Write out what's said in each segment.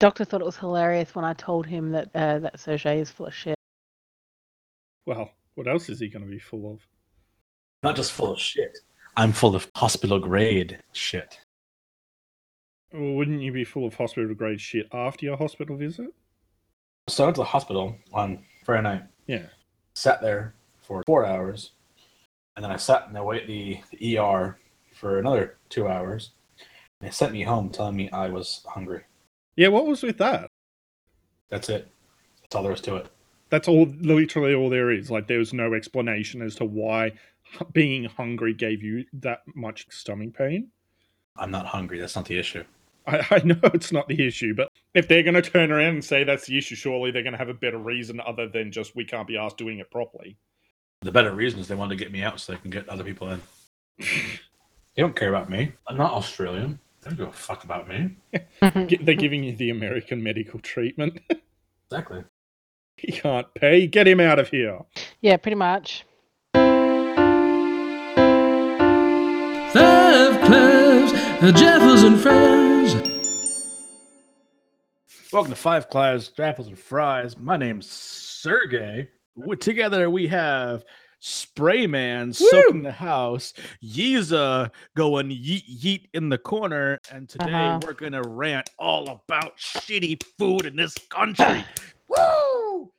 Doctor thought it was hilarious when I told him that uh, that Sergei is full of shit. Well, what else is he going to be full of? Not just full of shit. I'm full of hospital grade shit. Well, wouldn't you be full of hospital grade shit after your hospital visit? So I went to the hospital on Friday night. Yeah. Sat there for four hours, and then I sat in the wait the, the ER for another two hours. And they sent me home telling me I was hungry. Yeah, what was with that? That's it. That's all there is to it. That's all, literally all there is. Like, there was no explanation as to why hu- being hungry gave you that much stomach pain. I'm not hungry. That's not the issue. I, I know it's not the issue, but if they're going to turn around and say that's the issue, surely they're going to have a better reason other than just we can't be asked doing it properly. The better reason is they wanted to get me out so they can get other people in. they don't care about me. I'm not Australian. They don't give a fuck about me. Mm-hmm. Gi- They're giving you the American medical treatment. Exactly. he can't pay. Get him out of here. yeah, pretty much. Five Clives, Jeffers and Friends. Welcome to Five Clives, Raffles, and Fries. My name's Sergey. We- Together we have Sprayman soaking the house, Yeeza going yeet yeet in the corner, and today Uh-huh. we're gonna rant all about shitty food in this country. Woo! Oh,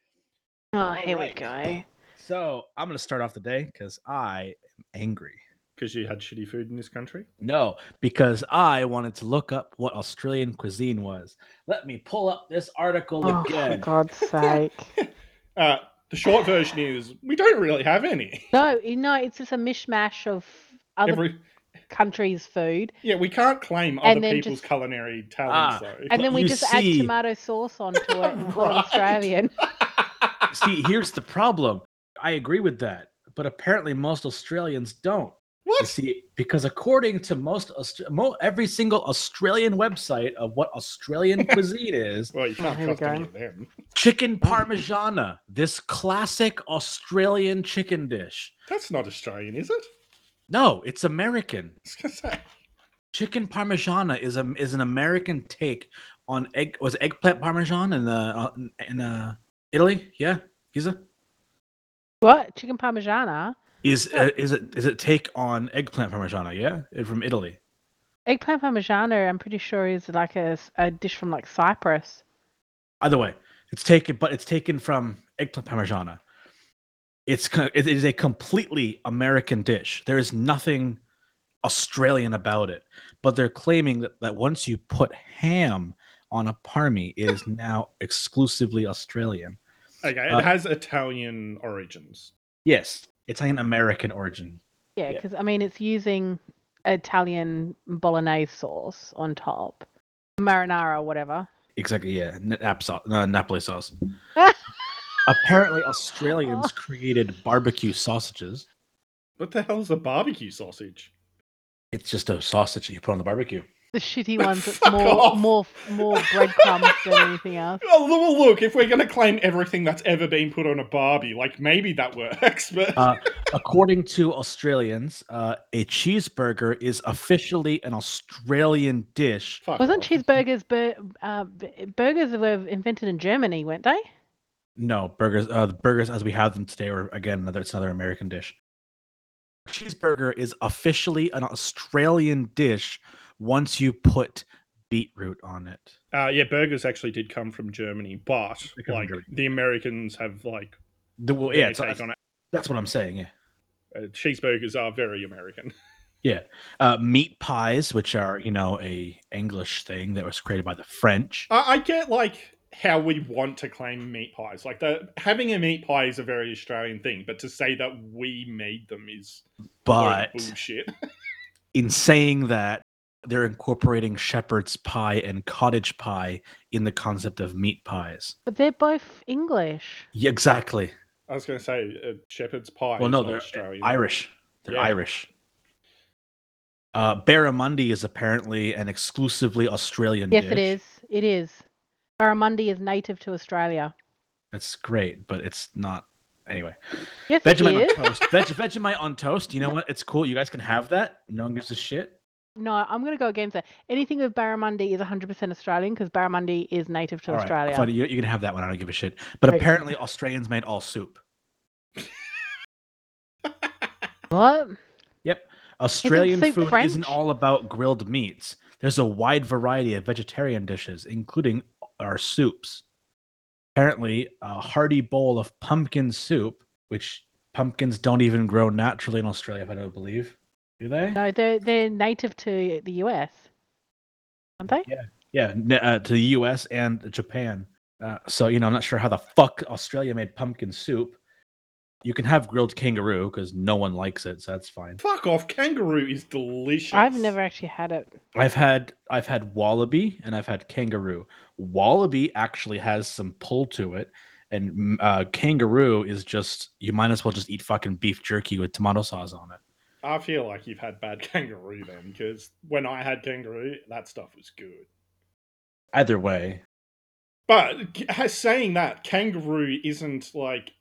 here Alright. we go. So I'm gonna start off the day because I am angry. Because you had shitty food in this country? No, because I wanted to look up what Australian cuisine was. Let me pull up this article Oh, for again. God's sake. Uh, the short version is we don't really have any. No, you know, it's just a mishmash of other Every, countries' food. yeah, we can't claim And other then people's just- culinary Ah, talents, though. And then we You just see- add tomato sauce onto it and call it Right. Australian. See, here's the problem. I agree with that, but apparently most Australians don't. You what? see, because according to most, Aust- mo- every single Australian website of what Australian cuisine is, Well, you can't Oh, here we trust any go. of them. chicken parmigiana, this classic Australian chicken dish. That's not Australian, is it? No, it's American. It's gonna say- Chicken parmigiana is a is an American take on egg was it eggplant parmesan in uh uh, in uh Italy? Yeah, Giza? What? Chicken parmigiana? Is uh, is it is it take on eggplant parmigiana? Yeah, It- from Italy. Eggplant parmigiana, I'm pretty sure, is like a, s- a dish from like Cyprus. Either way, it's taken, but it's taken from eggplant parmigiana. It's co- it is a completely American dish. There is nothing Australian about it. But they're claiming that, that once you put ham on a parmy, it is now exclusively Australian. Okay, Uh, it has Italian origins. Yes, Italian American origin. Yeah, Yeah. because I mean, it's using Italian bolognese sauce on top, marinara, whatever. Exactly. Yeah, Na- nap sau- uh, Napoli sauce. Apparently, Australians created barbecue sausages. What the hell is a barbecue sausage? It's just a sausage that you put on the barbecue. The shitty ones. It's Fuck more, off. more, more breadcrumbs than anything else. Oh, well, look, if we're going to claim everything that's ever been put on a barbie, like maybe that works, but Uh, According to Australians, uh, a cheeseburger is officially an Australian dish. fuck Wasn't off. cheeseburgers bur- uh, b- burgers were invented in Germany, weren't they? No, burgers. Uh, the burgers as we have them today are again another. It's another American dish. Cheeseburger is officially an Australian dish once you put beetroot on it. Uh, yeah, burgers actually did come from Germany, but They come from like Germany. the Americans have like The- well, yeah, yeah, it's, take on it. that's what I'm saying. Yeah. Uh, cheeseburgers are very American. uh, meat pies, which are you know a English thing that was created by the French. I, I get like how we want to claim meat pies. Like the having a meat pie is a very Australian thing, but to say that we made them is But bullshit. in saying that, they're incorporating shepherd's pie and cottage pie in the concept of meat pies. But they're both English. Yeah, exactly. I was going to say uh, shepherd's pie. Well, is no, not they're Australian. Irish. They're Yeah. Irish. Uh, barramundi is apparently an exclusively Australian Yes, dish. it is. It is. Barramundi is native to Australia. That's great, but it's not. Anyway, Yes, it Vegemite is. on toast. Veg- Vegemite on toast. You know what? It's cool. You guys can have that. No one gives a shit. No, I'm going to go against that. Anything with barramundi is 100% Australian because barramundi is native to All right, Australia. fine, you, you can have that one. I don't give a shit. But Right. apparently, Australians made all soup. What? Australian soup food isn't French? all about grilled meats. There's a wide variety of vegetarian dishes, including our soups. Apparently, a hearty bowl of pumpkin soup, which pumpkins don't even grow naturally in Australia, if I don't believe. Do they? No, they're, they're native to the US. Aren't they? Yeah, n- uh, to the U.S. and Japan. Uh, so you know, I'm not sure how the fuck Australia made pumpkin soup. You can have grilled kangaroo because no one likes it, so that's fine. Fuck off. Kangaroo is delicious. I've never actually had it. I've had I've had wallaby and I've had kangaroo. Wallaby actually has some pull to it, and mm, uh, kangaroo is just you might as well just eat fucking beef jerky with tomato sauce on it. I feel like you've had bad kangaroo then, because when I had kangaroo, that stuff was good. Either way, But g- ha- saying that, kangaroo isn't like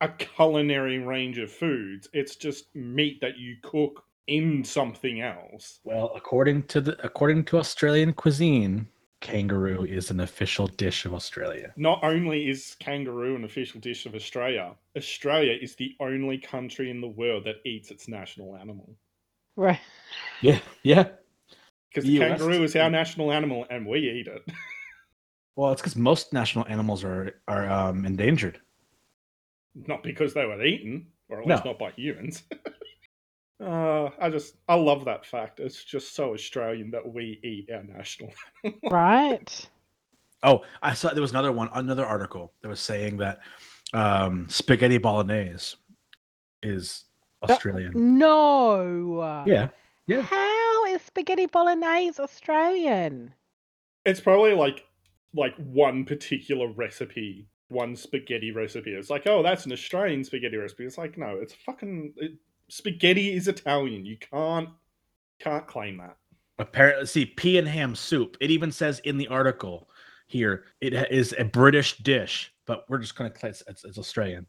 a culinary range of foods. It's just meat that you cook in something else. well, according to the according to Australian cuisine, kangaroo is an official dish of Australia. Not only is kangaroo an official dish of Australia, Australia is the only country in the world that eats its national animal. Right. Yeah, yeah. Because You kangaroo must- is our national animal and we eat it. Well, it's because most national animals are are um, endangered. not because they were eaten, or at least No. not by humans. uh, I just, I love that fact. It's just so Australian that we eat our national. Right. Oh, I saw there was another one, another article that was saying that um, spaghetti bolognese is Australian. No. Yeah, yeah. How is spaghetti bolognese Australian? It's probably like, like one particular recipe, one spaghetti recipe. It's like, oh, that's an Australian spaghetti recipe. It's like, no, it's fucking it, spaghetti is Italian. You can't, can't claim that. apparently, see pea and ham soup. It even says in the article here it ha- is a British dish, but we're just gonna claim it's, it's, it's Australian.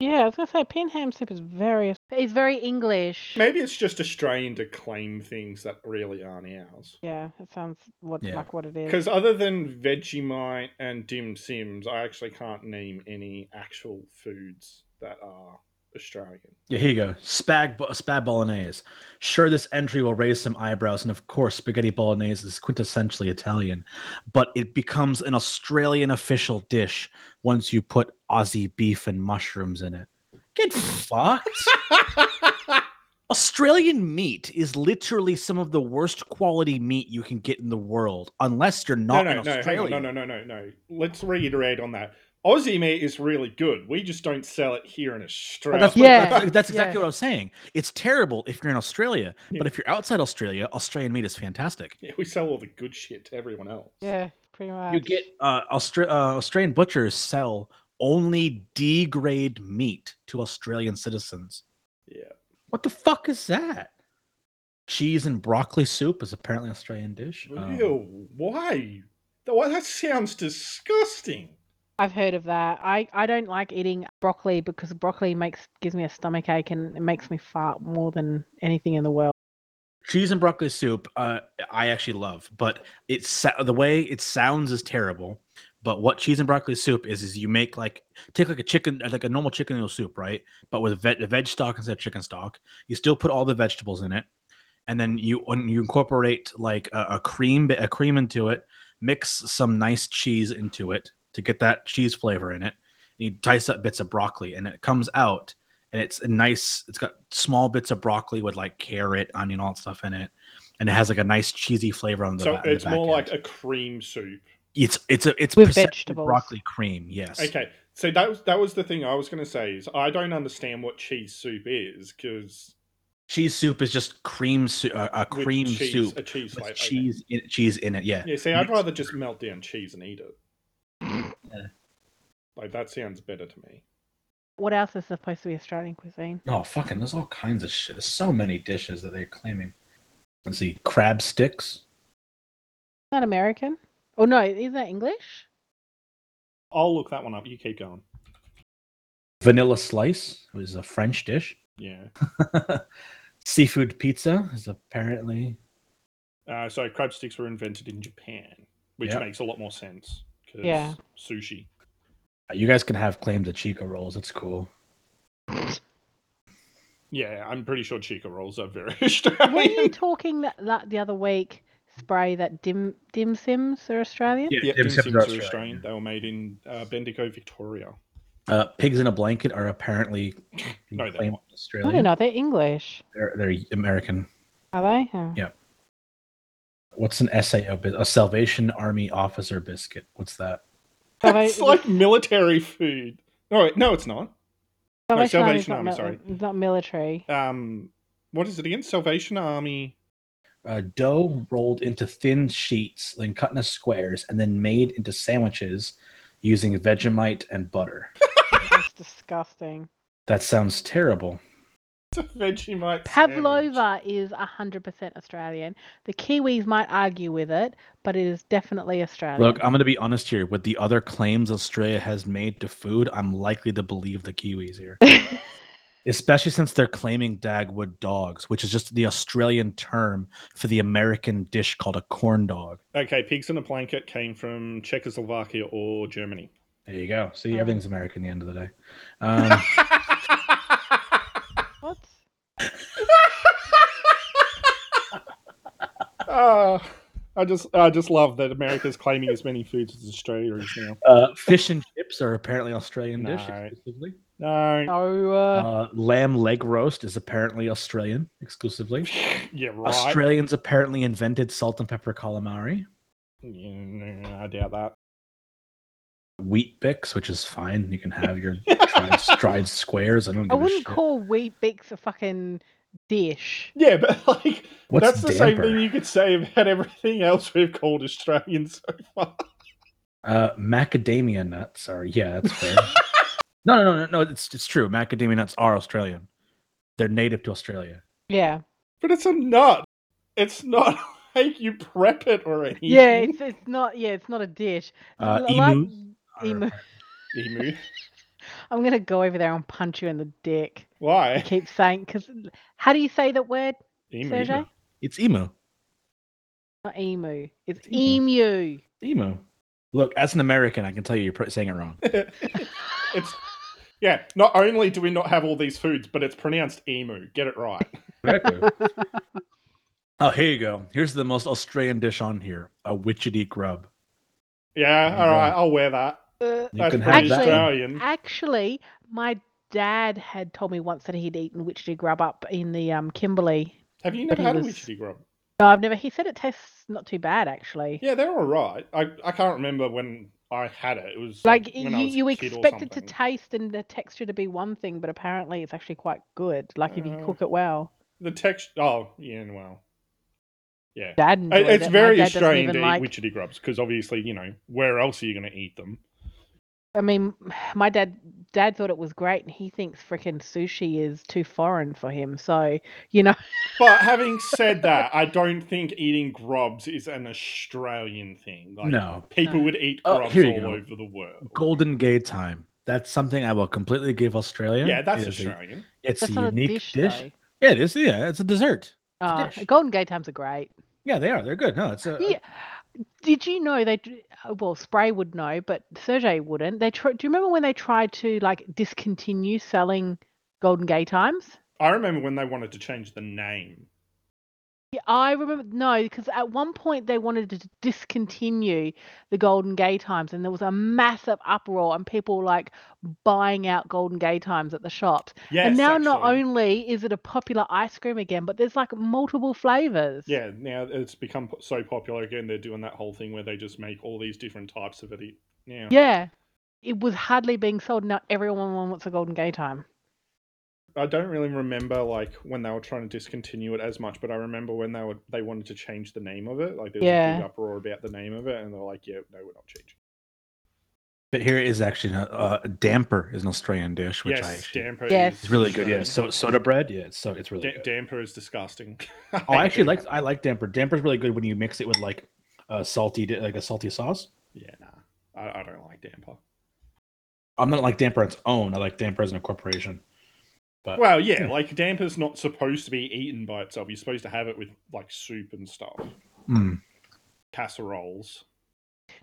Yeah, I was gonna say pinham soup is very it's very English. Maybe it's just Australian to claim things that really aren't ours. Yeah, it sounds what Yeah. like what it is. Because other than Vegemite and Dim Sims, I actually can't name any actual foods that are Australian. Yeah, here you go. Spag bo- spag bolognese. Sure, this entry will raise some eyebrows, and of course, spaghetti bolognese is quintessentially Italian, but it becomes an Australian official dish once you put Aussie beef and mushrooms in it. Get fucked. Australian meat is literally some of the worst quality meat you can get in the world, unless you're no, not no, an no, hang on, Australian. no, no, no, no, no. Let's reiterate on that. Aussie meat is really good. We just don't sell it here in But Australia. That's, what- Yeah, that's- that's yeah. exactly what I was saying. It's terrible if you're in Australia, Yeah. but if you're outside Australia, Australian meat is fantastic. Yeah, we sell all the good shit to everyone else. yeah, pretty much. you get uh, Austra- uh, Australian butchers sell only D grade meat to Australian citizens. Yeah. What the fuck is that? Cheese and broccoli soup is apparently an Australian dish. Um, Ew, why? Th- why- That sounds disgusting. I've heard of that. I, I don't like eating broccoli because broccoli makes gives me a stomach ache and it makes me fart more than anything in the world. cheese and broccoli soup, uh, I actually love, but it's sa- the way it sounds is terrible. But what cheese and broccoli soup is is you make like take like a chicken uh, like a normal chicken noodle soup, right? But with veg, veg stock instead of chicken stock. You still put all the vegetables in it, and then you and you incorporate like a, a cream bit- a cream into it. Mix some nice cheese into it to get that cheese flavor in it. And you dice up bits of broccoli, and it comes out and it's a nice it's got small bits of broccoli with like carrot onion all that stuff in it and it has like a nice cheesy flavor on the so ba- the it's back more end. like a cream soup. it's it's a it's With perception vegetables. broccoli cream yes Okay, so that was that was the thing I was going to say is I don't understand what cheese soup is because cheese soup is just cream soup uh, a cream cheese, soup a cheese with like cheese in, cheese in it yeah Yeah, see, I'd Mixed rather just melt down cheese and eat it. Like that sounds better to me. What else is supposed to be Australian cuisine? oh fucking there's all kinds of shit there's so many dishes that they're claiming let's see crab sticks Is that American? Oh no, is that English? I'll look that one up. You keep going. vanilla slice was a french dish Yeah, seafood pizza is apparently Uh, so crab sticks were invented in Japan, which Yeah. makes a lot more sense. 'cause Yeah. Sushi. You guys can have claim to Chica rolls. It's cool. Yeah, I'm pretty sure chica rolls are very Were you Australian. talking that, that the other week, Spray, that dim dim sims are Australian? Yeah, Yeah, dim dim sums sums are are Australian. Australian. They were made in uh, Bendigo, Victoria. Uh, pigs in a blanket are apparently No, they're claimed not. I don't Australian. know, they're English. They're, they're American. Are they? Oh. Yeah. What's an SAO? bis- A Salvation Army officer biscuit. What's that? Are they- It's like military food. No, wait, no, it's not. No, Salvation Army's Salvation not Army, mil- Not military. Um, what is it again? Salvation Army. Uh, dough rolled into thin sheets, then cut into squares, and then made into sandwiches using Vegemite and butter. That's disgusting. That sounds terrible. It's a Vegemite. sandwich. Pavlova is 100% Australian. The Kiwis might argue with it, but it is definitely Australian. Look, I'm going to be honest here. With the other claims Australia has made to food, I'm likely to believe the Kiwis here, especially since they're claiming Dagwood dogs, which is just the Australian term for the American dish called a corn dog. Okay, pigs in a blanket came from Czechoslovakia or Germany. There you go. See, Mm. everything's American at the end of the day. Um, what? Ah, I just, I just love that America's claiming as many foods as Australia is now. uh, fish and chips are apparently Australian dish. Nah. exclusively. No, No. Uh, Uh, lamb leg roast is apparently Australian exclusively. yeah, right. Australians apparently invented salt and pepper calamari. Yeah, no, I doubt that. Wheat bix, which is fine. You can have your dried, dried squares. I don't. I Give a wouldn't shit. call wheat bix a fucking dish. Yeah, but like What's that's the same damper? thing you could say about everything else we've called Australians so far. Uh, macadamia nuts are yeah, that's fair. no, no, no, no, no. It's it's true. Macadamia nuts are Australian. They're native to Australia. Yeah. But it's a nut. It's not like you prep it or anything. Yeah, it's, it's not yeah, it's not a dish. E Uh, L- like- emus are- emu. Emu. I'm gonna go over there and punch you in the dick. I Why? keep saying because how do you say that word, Emu. Sergey? It's emu. Not emu. It's emu. emu. Emu. Look, as an American, I can tell you you're pr- saying it wrong. It's yeah. Not only do we not have all these foods, but it's pronounced emu. Get it right. oh, here you go. Here's the most Australian dish on here: a witchetty grub. Yeah. There you All right. go. I'll wear that. Uh, You That's can have pretty that. one. Australian. Actually, my dad had told me once that he'd eaten witchetty grub up in the um, Kimberley. Have you But never he had a was- witchetty grub? No, I've never. He said it tastes not too bad actually. Yeah, they're all right. I I can't remember when I had it. It was Like when you, I was a you kid or expect it to something. taste and the texture to be one thing, but apparently it's actually quite good. Like if you Uh, cook it well, The text. Oh, yeah. Well, yeah. Dad. I- enjoyed It's it. My very dad doesn't Australian even to like- eat witchetty grubs because obviously you know where else are you going to eat them? I mean, my dad dad thought it was great, and he thinks frickin' sushi is too foreign for him. So you know, But having said that, I don't think eating grubs is an Australian thing. Like, No, people would eat Oh, grubs here you all go. over the world. Golden Gay time. That's something I will completely give Australia. yeah, that's It is a- Australian. It's that's a not a unique dish. dish. though. Yeah, it is. Yeah, it's a dessert. Uh, dish. Golden Gate times are great. Yeah, they are. They're good. No, it's a. Yeah. Did you know they? d- uh, Well, Spray would know, but Sergey wouldn't. They tr- do you remember when they tried to like discontinue selling Golden Gay times? I remember when they wanted to change the name. Yeah, I remember no, because at one point they wanted to discontinue the Golden Gay Times, and there was a massive uproar, and people were like buying out Golden Gay Times at the shops. Yes, and now not actually. only is it a popular ice cream again, but there's like multiple flavors. Yeah, now it's become po- so popular again. They're doing that whole thing where they just make all these different types of it. e- Now, Yeah. It was hardly being sold. Now everyone wants a Golden Gay Time. I don't really remember like when they were trying to discontinue it as much, but I remember when they were they wanted to change the name of it. Like there was a Yeah. big uproar about the name of it, and they're like, "Yeah, no, we're not changing." But here is actually a, uh, damper is an Australian dish, which I yes, actually, damper. Yes. it's really good. Yeah, Australian. so soda bread. Yeah, it's so it's really Da- good. damper is disgusting. Oh, I actually hate like I like damper. Damper's really good when you mix it with like a salty di- like a salty sauce. Yeah, nah, I, I don't like damper. I'm not like damper on its own. I like damper as an incorporation. But Well, yeah, yeah. like damper's not supposed to be eaten by itself. You're supposed to have it with like soup and stuff. Mm. casseroles.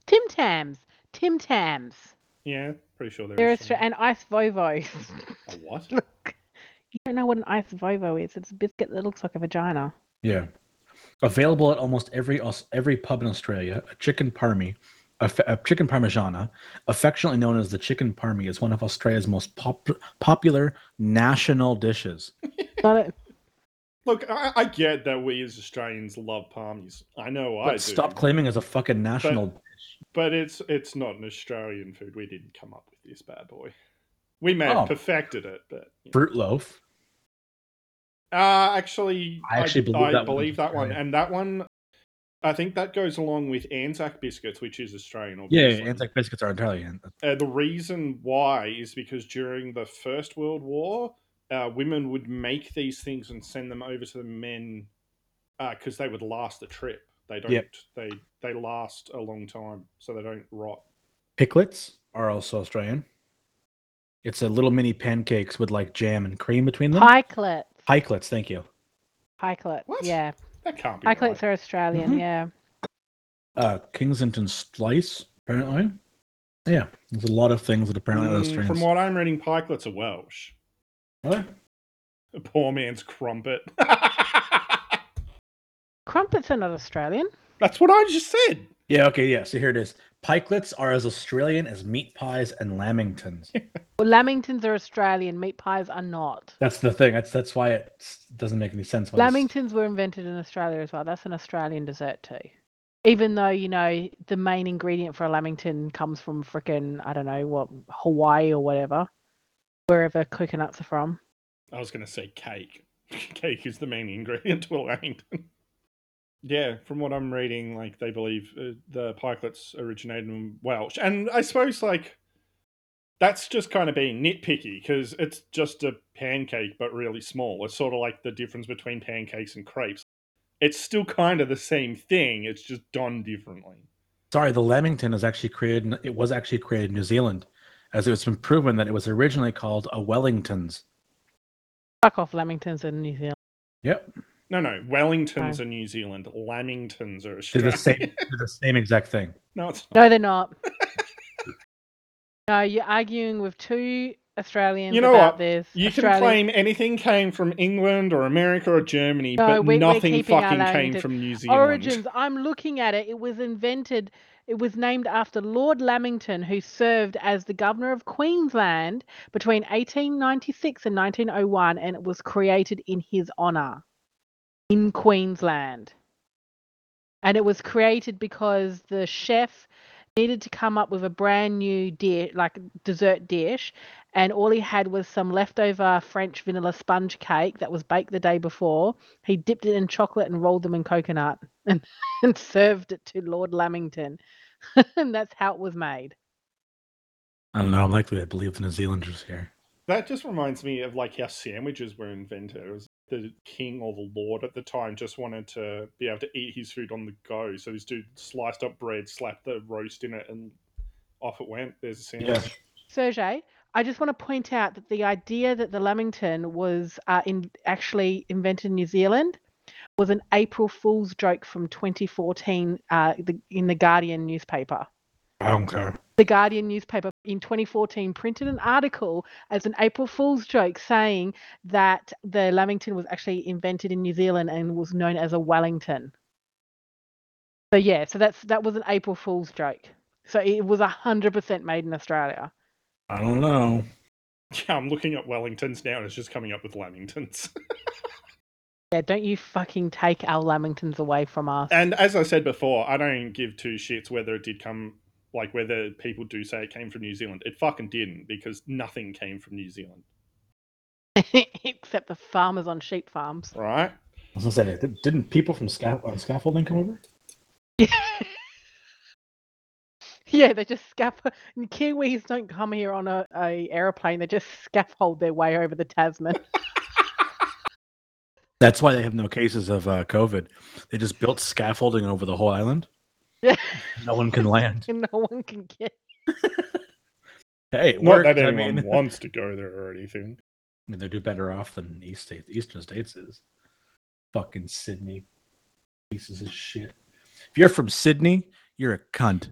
Tim Tams. Tim Tams. Yeah, pretty sure they're, They're Austra- Australian. and ice vovos. A what? Look, you don't know what an ice vovo is. It's a biscuit that looks like a vagina. Yeah. Available at almost every Aus- every pub in Australia, a chicken parmy, a, fa- a chicken parmigiana, affectionately known as the chicken parmy, is one of Australia's most pop- popular national dishes. Got it? Look, I, I get that we as Australians love palmies. I know I do. But stop claiming as a fucking national. But it's it's not an Australian food. We didn't come up with this bad boy. We may have Oh. perfected it, but you know. Fruit loaf. Uh, actually, I actually believe I that one believe is that one, Australian. and that one, I think that goes along with Anzac biscuits, which is Australian. Yeah, Obviously. yeah, Anzac biscuits are entirely. An- Uh, the reason why is because during the First World War, uh, women would make these things and send them over to the men because they would last the trip. They don't. Yep. They they last a long time, so they don't rot. Picklets are also Australian. It's a little mini pancakes with like jam and cream between them. Pikelet. Pikelets, thank you. Pikelet. What? Yeah. That can't be. Pikelets Right. Mm-hmm. are Australian. Mhm. Yeah. Uh, Kingsington slice, apparently. Yeah, there's a lot of things that apparently are Mm, Australian. from what I'm reading, pikelets are Welsh. Really? A poor man's crumpet. Crumpets are not Australian. That's what I just said. Yeah, okay, yeah. So here it is. Pikelets are as Australian as meat pies and lamingtons. Well, Lamingtons are Australian. Meat pies are not. That's the thing. That's that's why it s- doesn't make any sense. why it's- Lamingtons were invented in Australia as well. That's an Australian dessert too. Even though, you know, the main ingredient for a lamington comes from frickin', I don't know, what, Hawaii or whatever, wherever coconuts are from. I was going to say cake. cake is the main ingredient to a Lamington. yeah, from what I'm reading, like they believe uh, the pikelets originated in Welsh, and I suppose like that's just kind of being nitpicky because it's just a pancake but really small. It's sort of like the difference between pancakes and crepes. It's still kind of the same thing. It's just done differently. Sorry, the lamington is actually created. in- It was actually created in New Zealand, as it's been proven that it was originally called a Wellingtons. Fuck off, Lamingtons in New Zealand. No, no, Wellingtons are New Zealand. Lamingtons are They're Australia. the same. they're the same exact thing. no, it's not. No, they're not. no, you're arguing with two Australians You know about what? this. You Australian- can claim anything came from England or America or Germany, No, but we- we're nothing keeping our fucking came Lamington from New Zealand. Origins. I'm looking at it. It was invented. It was named after Lord Lamington, who served as the governor of Queensland between 1896 and 1901, and it was created in his honor in Queensland. And it was created because the chef needed to come up with a brand new dish, like dessert dish, and all he had was some leftover French vanilla sponge cake that was baked the day before. He dipped it in chocolate and rolled them in coconut and, and served it to Lord Lamington. and that's how it was made. I don't know. I'm likely to believe the New Zealanders here. That just reminds me of like how sandwiches were invented. It was the king or the lord at the time just wanted to be able to eat his food on the go. So this dude sliced up bread, slapped the roast in it, and off it went. There's a sandwich. Sergey, I just want to point out that the idea that the Lamington was uh, in, actually invented in New Zealand was an April Fool's joke from 2014 uh, the, in the Guardian newspaper. I don't care. The Guardian newspaper in 2014 printed an article as an April Fool's joke saying that the Lamington was actually invented in New Zealand and was known as a Wellington. So yeah, so that's that was an April Fool's joke. So it was 100% made in Australia. I don't know. Yeah, I'm looking at Wellingtons now, and it's just coming up with Lamingtons. Yeah, don't you fucking take our Lamingtons away from us. And as I said before, I don't give two shits whether it did come, like whether people do say it came from New Zealand. It fucking didn't because nothing came from New Zealand, Except the farmers on sheep farms. right? I was gonna say, didn't people from scaff- uh, scaffolding come over? Yeah, they just scaffold. Kiwis don't come here on a, a aeroplane. They just scaffold their way over the Tasman. That's why they have no cases of uh, COVID. They just built scaffolding over the whole island. No one can land. and no one can get. Hey, it Not worked. that I anyone mean, I wants to go there or anything. mean, they do better off than East States, Eastern States is. Fucking Sydney, pieces of shit. If you're from Sydney, you're a cunt.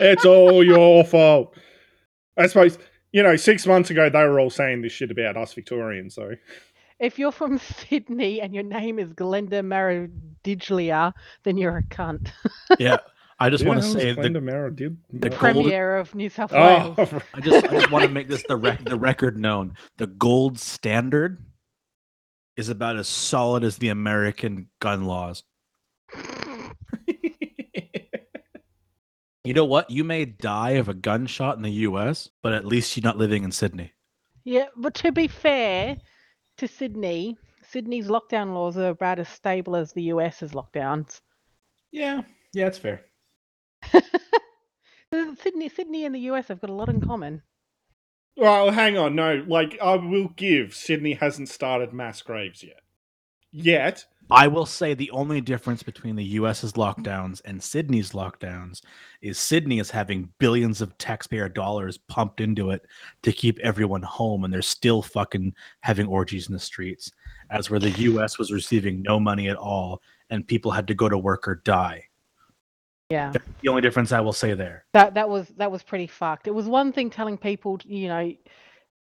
It's all your fault. I suppose, you know, six months ago, they were all saying this shit about us Victorians, so. If you're from Sydney and your name is Glenda Maradiglia, then you're a cunt. Yeah. I just Who want to the hell is say that Glenda Mara did. the Gold- Premier of New South Wales. Oh, right. I just, I just want to make this the rec- the record known. The gold standard is about as solid as the American gun laws. You know what? You may die of a gunshot in the U.S., but at least you're not living in Sydney. Yeah, but to be fair to Sydney, Sydney's lockdown laws are about as stable as the US's lockdowns. Yeah, yeah, it's fair. Uh, Sydney, Sydney, and the US have got a lot in common. Well, hang on. No, like, I will give Sydney hasn't started mass graves yet. Yet. I will say the only difference between the U.S.'s lockdowns and Sydney's lockdowns is Sydney is having billions of taxpayer dollars pumped into it to keep everyone home, and they're still fucking having orgies in the streets, as where the U.S. was receiving no money at all, and people had to go to work or die. Yeah, The only difference I will say there. that that was that was pretty fucked. It was one thing telling people, t- you know,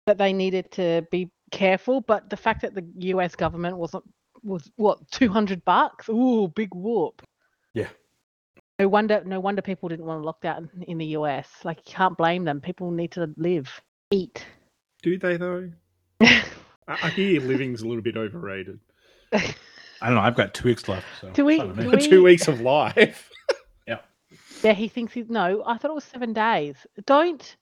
that they needed to be careful, but the fact that the US government wasn't was what two hundred bucks? Ooh, big whoop. Yeah. No wonder, no wonder people didn't want to lock down in the US. Like, you can't blame them. People need to live, eat. Do they, though? I, I hear living's a little bit overrated. I don't know. I've got two weeks left. So Do we- I don't know. do we- Two weeks of life. Yeah, he thinks he's no. I thought it was seven days. Don't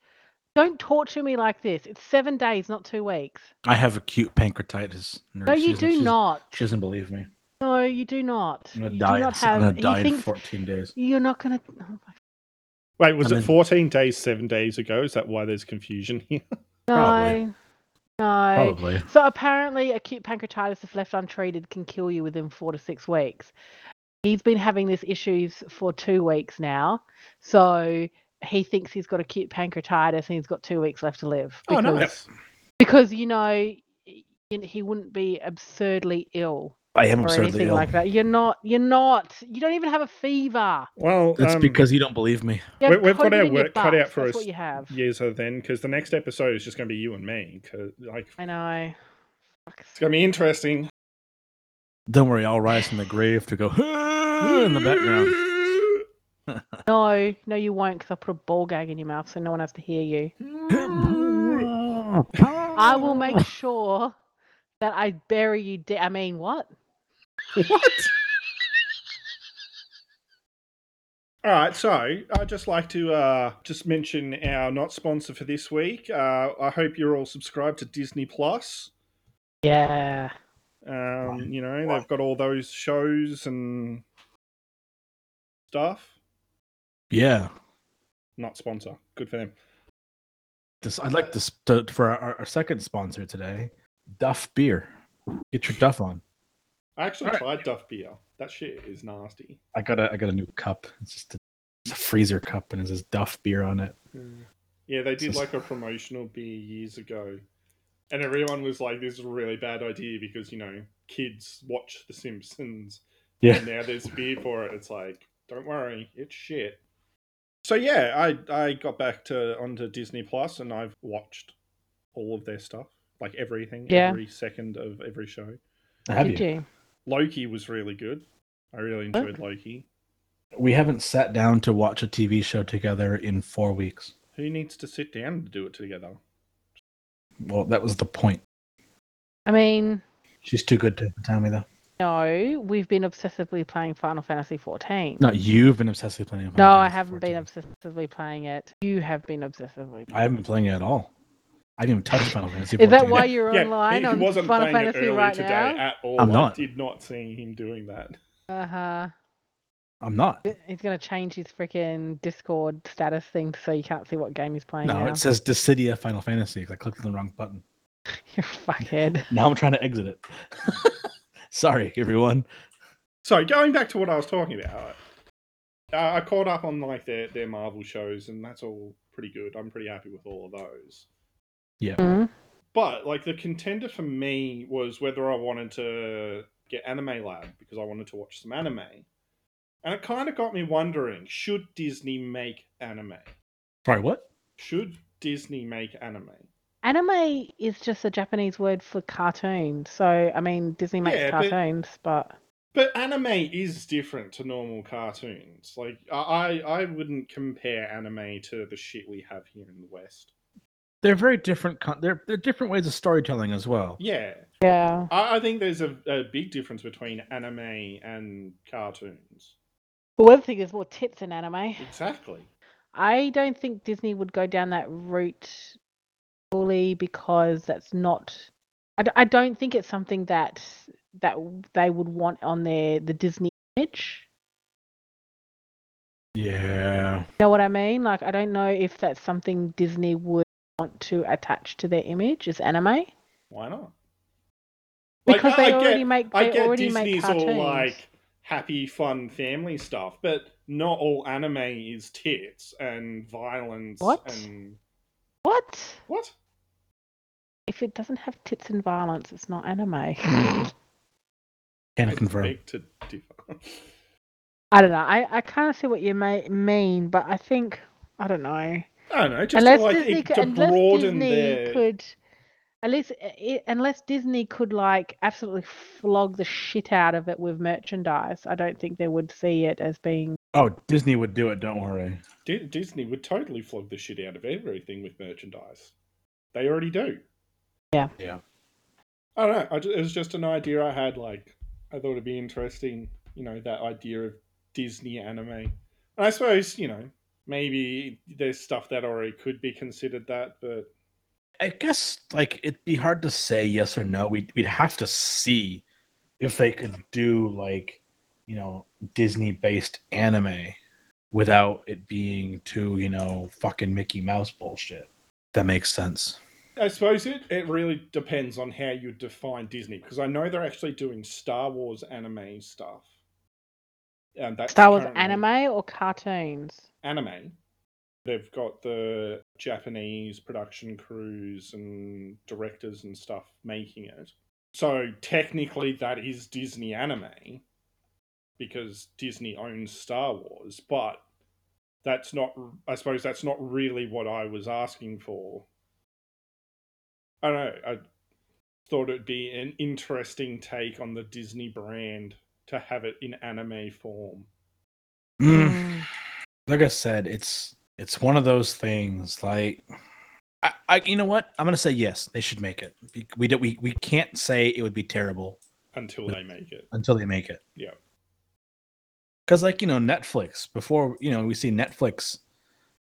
don't torture me like this. It's seven days, not two weeks. I have acute pancreatitis. No, She you doesn't- do she doesn't- not. She doesn't believe me. No, you do not. I'm gonna you die. do not in- I'm have. gonna die He in thinks 14 days. you're not gonna. oh my- Wait, was I it mean- 14 days, seven days ago? Is that why there's confusion here? Probably. No, no. Probably. So apparently, acute pancreatitis, if left untreated, can kill you within four to six weeks. He's been having these issues for two weeks now, so he thinks he's got acute pancreatitis and he's got two weeks left to live. Oh, because- because you know y- y- he wouldn't be absurdly ill I am or absurdly anything ill. like that. You're not. You're not. You don't even have a fever. Well, That's um, because you don't believe me. You We- have we've got COVID our in your work cut out butt, for That's us. what you have. yeah, so then, because the next episode is just going to be you and me. 'cause, like, I know. Fuck. it's going to be interesting. Don't worry, I'll rise from the grave to go in the background. No, no, you won't, because I put a ball gag in your mouth so no one has to hear you. I will make sure that I bury you. De- I mean, what? What? All right, so I'd just like to uh, just mention our not sponsor for this week. Uh, I hope you're all subscribed to Disney Plus. Yeah. Um, you know, they've got all those shows and stuff. Yeah, Not sponsor. Good for them. this, I'd like this to, for our, our second sponsor today, Duff Beer. Get your Duff on. I actually All right. tried Duff beer. That shit is nasty. I got a I got a new cup. It's just a, it's a freezer cup and it says Duff Beer on it. Hmm. Yeah, they did Just- like a promotional beer years ago, and everyone was like, "This is a really bad idea because you know kids watch The Simpsons, Yeah. and now there's beer for it." It's like, don't worry, it's shit. So yeah, I I got back to onto Disney Plus, and I've watched all of their stuff, like everything, Yeah. every second of every show. Have Did you? you? Loki was really good. I really Huh? enjoyed Loki. We haven't sat down to watch a TV show together in four weeks. Who needs to sit down to do it together? Well, that was the point. I mean, She's too good to tell me though. no, we've been obsessively playing Final Fantasy 14. Not you've been obsessively playing. No, Final I Fantasy haven't been 14. obsessively playing it. You have been obsessively. I haven't been playing it at all. I didn't even touch Final Fantasy. Is that 14. why you're Yeah, online he on wasn't Final playing it Fantasy earlier right today now? at all. I'm I not. did not see him doing that. Uh huh. I'm not. He's gonna change his freaking Discord status thing so you can't see what game he's playing No, now. it says Dissidia Final Fantasy 'cause I clicked on the wrong button. You're a fuckhead. Now I'm trying to exit it. Sorry, everyone. So going back to what I was talking about, uh, I caught up on like their their Marvel shows, and that's all pretty good. I'm pretty happy with all of those. Yeah. Mhm. But like the contender for me was whether I wanted to get Anime Lab because I wanted to watch some anime, And it kind of got me wondering should Disney make anime? Sorry, what? Should Disney make anime? Anime is just a Japanese word for cartoon. So, I mean, Disney makes Yeah, but- cartoons, but But anime is different to normal cartoons. Like, I, I I wouldn't compare anime to the shit we have here in the West. They're very different. Con- they're they're different ways of storytelling as well. Yeah. yeah. I, I think there's a, a big difference between anime and cartoons. But one thing is more tits in anime. Exactly. I don't think Disney would go down that route fully because that's not. I, d- I don't think it's something that that w- they would want on their the Disney image. Yeah. You know what I mean? Like I don't know if that's something Disney would want to attach to their image is anime Why not? Like, because I- I they get- already make I they get already make Disney's cartoons. all like happy, fun family stuff, but not all anime is tits and violence What? and What? what? If it doesn't have tits and violence, it's not anime. Can I confirm? Beg to differ. I don't know. I, I kind of see what you may, mean, but I think I don't know. I don't know, just unless like Disney, it, could, to unless broaden Disney their could, at least i unless Disney could like absolutely flog the shit out of it with merchandise, I don't think they would see it as being. Oh, Disney would do it. Don't worry. Di- Disney would totally flog the shit out of everything with merchandise. They already do. Yeah. Yeah. I don't know. I ju- it was just an idea I had. Like, I thought it'd be interesting, you know, that idea of Disney anime. And I suppose, you know, maybe there's stuff that already could be considered that, but I guess like it'd be hard to say yes or no. We'd we'd have to see if they could do like you know Disney based anime without it being too you know fucking Mickey Mouse bullshit. That makes sense. I suppose it, it really depends on how you define Disney, because I know they're actually doing Star Wars anime stuff. And that's Star Wars currently- anime or cartoons? anime. They've got the Japanese production crews and directors and stuff making it. So technically, that is Disney anime because Disney owns Star Wars, but that's not, I suppose, that's not really what I was asking for. I don't know. I thought it'd be an interesting take on the Disney brand to have it in anime form. Mm, Mm. like I said, it's it's one of those things. Like, I, I you know what? I'm gonna say yes. They should make it. Be- We do, we we can't say it would be terrible Until they make it. until they make it. Yeah. Because like you know Netflix before you know we see Netflix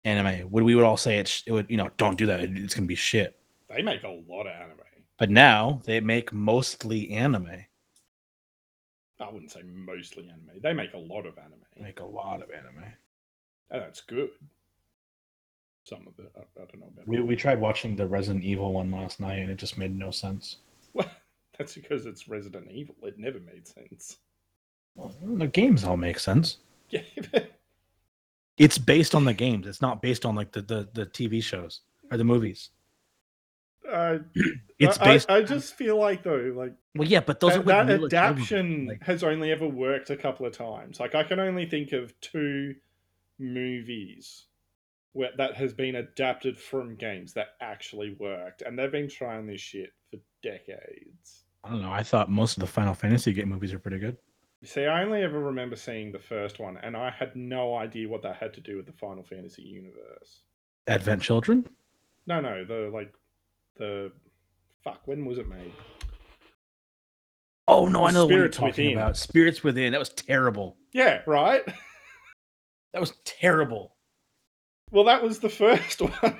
anime would we would all say it's it would you know don't do that it- it's gonna be shit. They make a lot of anime. But now they make mostly anime. I wouldn't say mostly anime. They make a lot of anime. They make a lot of anime. And that's good. Some of it, I, I don't know about. We we tried watching the Resident Evil one last night and it just made no sense. Well, that's because it's Resident Evil. It never made sense. Well, the games all make sense. Yeah, but it's based on the games. It's not based on like the the, the TV shows or the movies. uh, uh, It's I- based. I, I just feel like though, like well, yeah, but those are that, like that newer children, adaptation like- has only ever worked a couple of times. Like I can only think of two movies where that has been adapted from games that actually worked, and they've been trying this shit for decades. I don't know. I thought most of the Final Fantasy game movies are pretty good. You See, I only ever remember seeing the first one, and I had no idea what that had to do with the Final Fantasy universe. Advent Children. No, no, the like, the fuck. When was it made? Oh no, Or I know what you're Spirits talking Within. about. Spirits Within. That was terrible. Yeah, right. That was terrible. Well, that was the first one.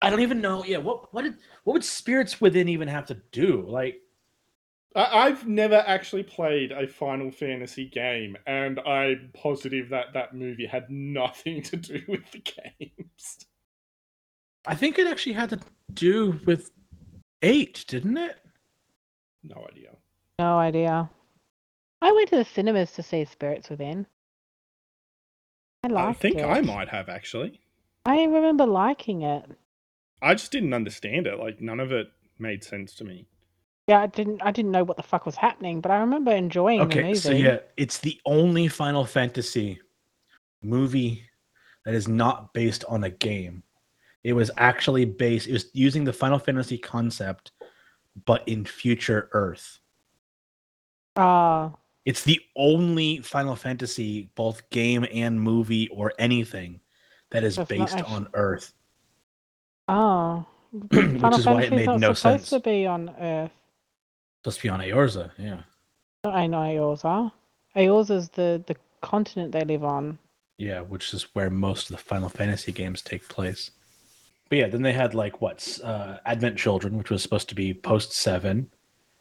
I don't even know. Yeah, what what did what would Spirits Within even have to do? Like, I- I've never actually played a Final Fantasy game, and I'm positive that that movie had nothing to do with the games. I think it actually had to do with eight, didn't it? No idea. No idea. I went to the cinemas to see Spirits Within. I liked it. have actually. I remember liking it. I just didn't understand it. Like none of it made sense to me. Yeah, I didn't. I didn't know what the fuck was happening, but I remember enjoying the Okay, movie. so yeah, it's the only Final Fantasy movie that is not based on a game. It was actually based. It was using the Final Fantasy concept, but in future Earth. Ah, It's the only Final Fantasy, both game and movie or anything, that is That's not based actu- on Earth. oh. But Which Final is why it Fantasy's made not no supposed sense. to be on Earth. Supposed to be on Eorza, yeah, Not I know Eorza. Eorza's the the continent they live on. yeah, which is where most of the Final Fantasy games take place. But yeah, then they had like what's uh, Advent Children, which was supposed to be post seven.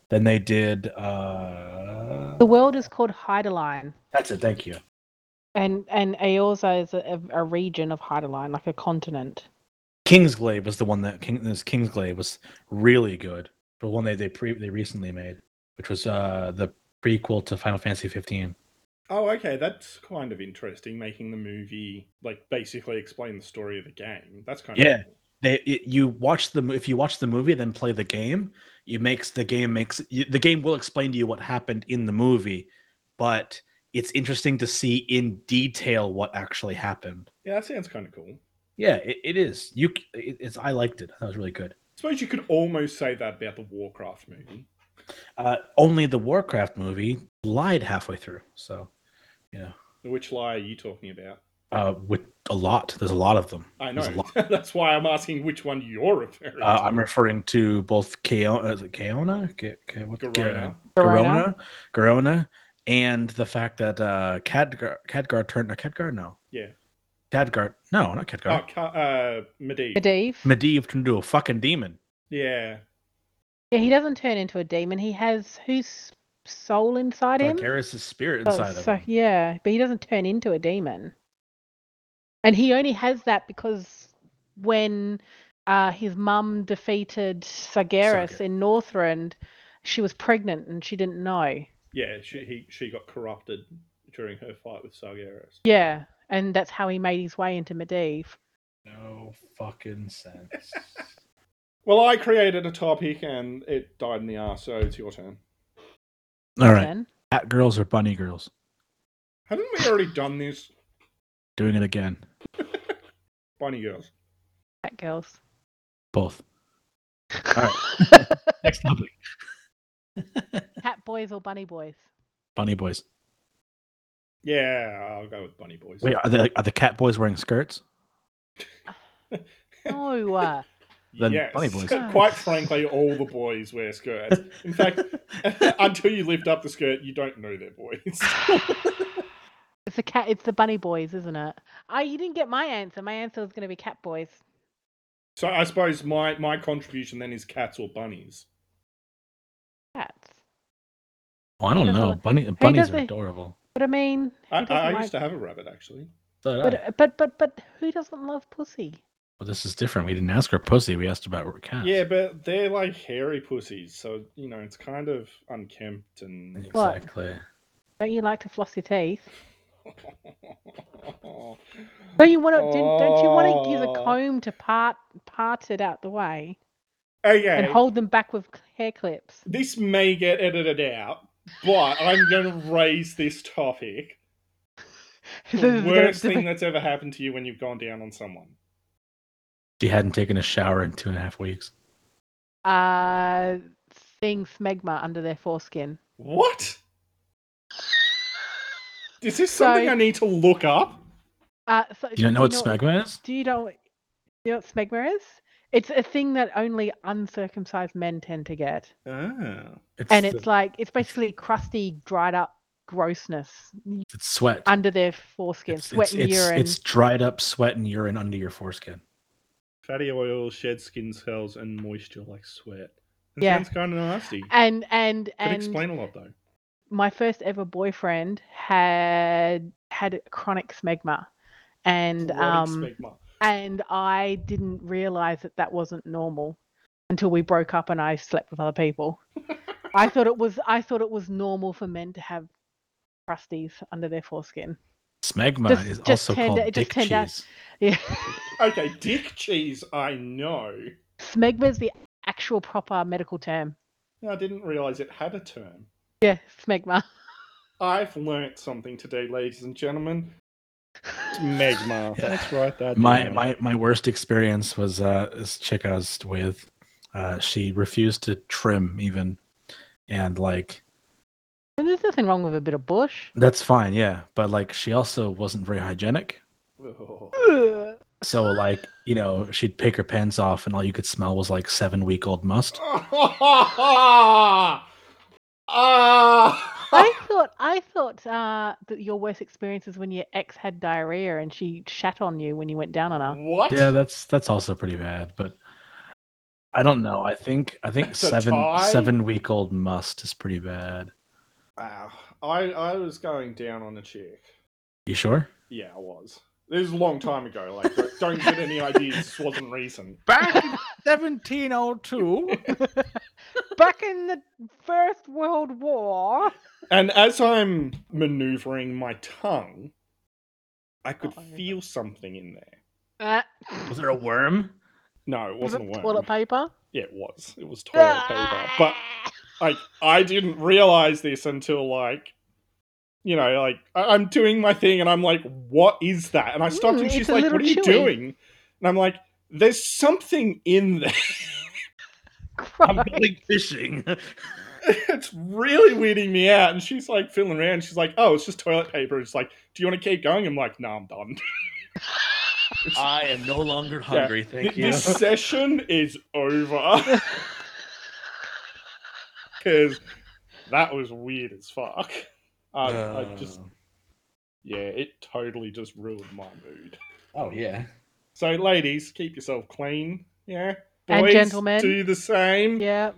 Then they did. uh The world is called Hydaline, That's it. Thank you. and and Eorza is a, a region of Hydaline, like a continent. Kingsglaive was the one that King, this Kingsglaive was really good. The one they they pre, they recently made, which was uh the prequel to Final Fantasy fifteen. Oh, okay, that's kind of interesting. Making the movie like basically explain the story of the game. That's kind Yeah. of cool. They it, you watch the mo- if you watch the movie then play the game, you makes the game makes you, the game will explain to you what happened in the movie, but it's interesting to see in detail what actually happened. yeah. That sounds kind of cool. Yeah, it, it is. You c- it, it's I liked it. That was really good. suppose you could almost say that about the Warcraft movie. Uh, only the Warcraft movie lied halfway through. So, you know, Which lie are you talking about? uh, with a lot. There's a lot of them. I know. There's a lot. That's why I'm asking which one you're referring Uh, to. I'm referring to both Keona, is it Keona, Ke- Ke- what- Ke- Garona. Garona, Garona, and the fact that uh, Khadgar, Khadgar turned no Khadgar, no, Yeah. Khadgar, no, not Khadgar. Oh, Ca- uh, Medivh. Medivh. Oh. Medivh turned into a fucking demon. Yeah. Yeah, he doesn't turn into a demon. He has whose soul inside him. Vicarious's spirit Oh, inside so- of him. Yeah, but he doesn't turn into a demon. And he only has that because when uh, his mum defeated Sargeras Sarger- in Northrend, she was pregnant and she didn't know. Yeah, she he, she got corrupted during her fight with Sargeras. Yeah, and that's how he made his way into Medivh. No fucking sense. Well, I created a topic and it died in the arse, so it's your turn. All right, Then. cat girls or bunny girls? Haven't we already done this? Doing it again. Bunny girls. Cat girls. Both. Next topic. Cat boys or bunny boys? Bunny boys. Yeah, I'll go with bunny boys. Wait, are the are the cat boys wearing skirts? No. uh, then bunny boys. Quite frankly, all the boys wear skirts. In fact, until you lift up the skirt, you don't know they're boys. it's the cat. It's the bunny boys, isn't it? Oh, you didn't get my answer. My answer was going to be cat boys. So I suppose my, my contribution then is cats or bunnies. Cats. Well, I don't Doesn't know. look- Bunny bunnies does are it? adorable. But I mean, who I, I, doesn't I like- used to have a rabbit actually. So did I. But but but but who doesn't love pussy? uh, Well, this is different. We didn't ask her pussy. We asked about cats. Yeah, but they're like hairy pussies, so you know it's kind of unkempt and. What? exactly. Don't you like to floss your teeth? Don't you want to? Don't you want to use a Oh. comb to part part it out the way okay, and hold them back with hair clips? this may get edited out, but I'm going to raise this topic. This is The gonna- worst this is- thing that's ever happened to you when you've gone down on someone. She hadn't taken a shower in two and a half weeks. Uh, seeing smegma under their foreskin. What? Is this So- something I need to look up? Uh, so You don't know what smegma is? Do you know? Do you know what smegma is? It's a thing that only uncircumcised men tend to get, Oh. and the- it's like it's basically crusty, dried up grossness it's sweat. under their foreskin, It's- sweat it's, and it's- urine. It's dried up sweat and urine under your foreskin. Fatty oil, shed skin cells, and moisture like sweat. That Yeah. sounds kind of nasty. Could and and and explain a lot though. my first ever boyfriend had had chronic smegma and Erotic um smegma. and i didn't realize that that wasn't normal until we broke up and i slept with other people i thought it was i thought it was normal for men to have crusties under their foreskin Smegma Just- is just also turned- called it just dick turned out- cheese. yeah Okay, dick cheese. I know. smegma is the actual proper medical term I didn't realize it had a term. Yes, smegma. I've learnt something today, ladies and gentlemen. It's Megma. Yeah. That's right. That my down. my my worst experience was uh this chick I was with. Uh she refused to trim even and like And there's nothing wrong with a bit of bush. that's fine, yeah. But like she also wasn't very hygienic. Oh. Ugh. So like, you know, she'd pick her pants off and all you could smell was like seven week old must. Ah! I Ah! thought I thought uh, that your worst experience is when your ex had diarrhea and she shat on you when you went down on her. What? Yeah, that's that's also pretty bad, but I don't know. I think I think That's a seven tie? seven week old must is pretty bad. Wow. I, I was going down on a chick. You sure? Yeah, I was. This is a long time ago. Like, don't- don't get any ideas. This wasn't recent. Back in seventeen oh two. Back in the First World War. And as I'm maneuvering my tongue, I could Uh-oh. feel something in there. Uh, Was there a worm? No, it was wasn't it a worm. toilet paper? Ah. Yeah, it was. It was toilet paper. But like, I didn't realize this until like, you know, like I- I'm doing my thing and I'm like, what is that? And I stopped Mm, and it's she's a like, little what are you chewy. doing? And I'm like, there's something in there. Gross. like fishing. it's really weirding me out. And she's like feeling around. She's like, oh, it's just toilet paper. It's like, do you want to keep going? I'm like, no, I'm done. I am no longer hungry, Thank This session is over. Because that was weird as fuck. I, I Uh. just, yeah, it totally just ruined my mood. oh yeah. So, ladies, keep yourself clean. Yeah. And Boys, gentlemen. do the same. yeah.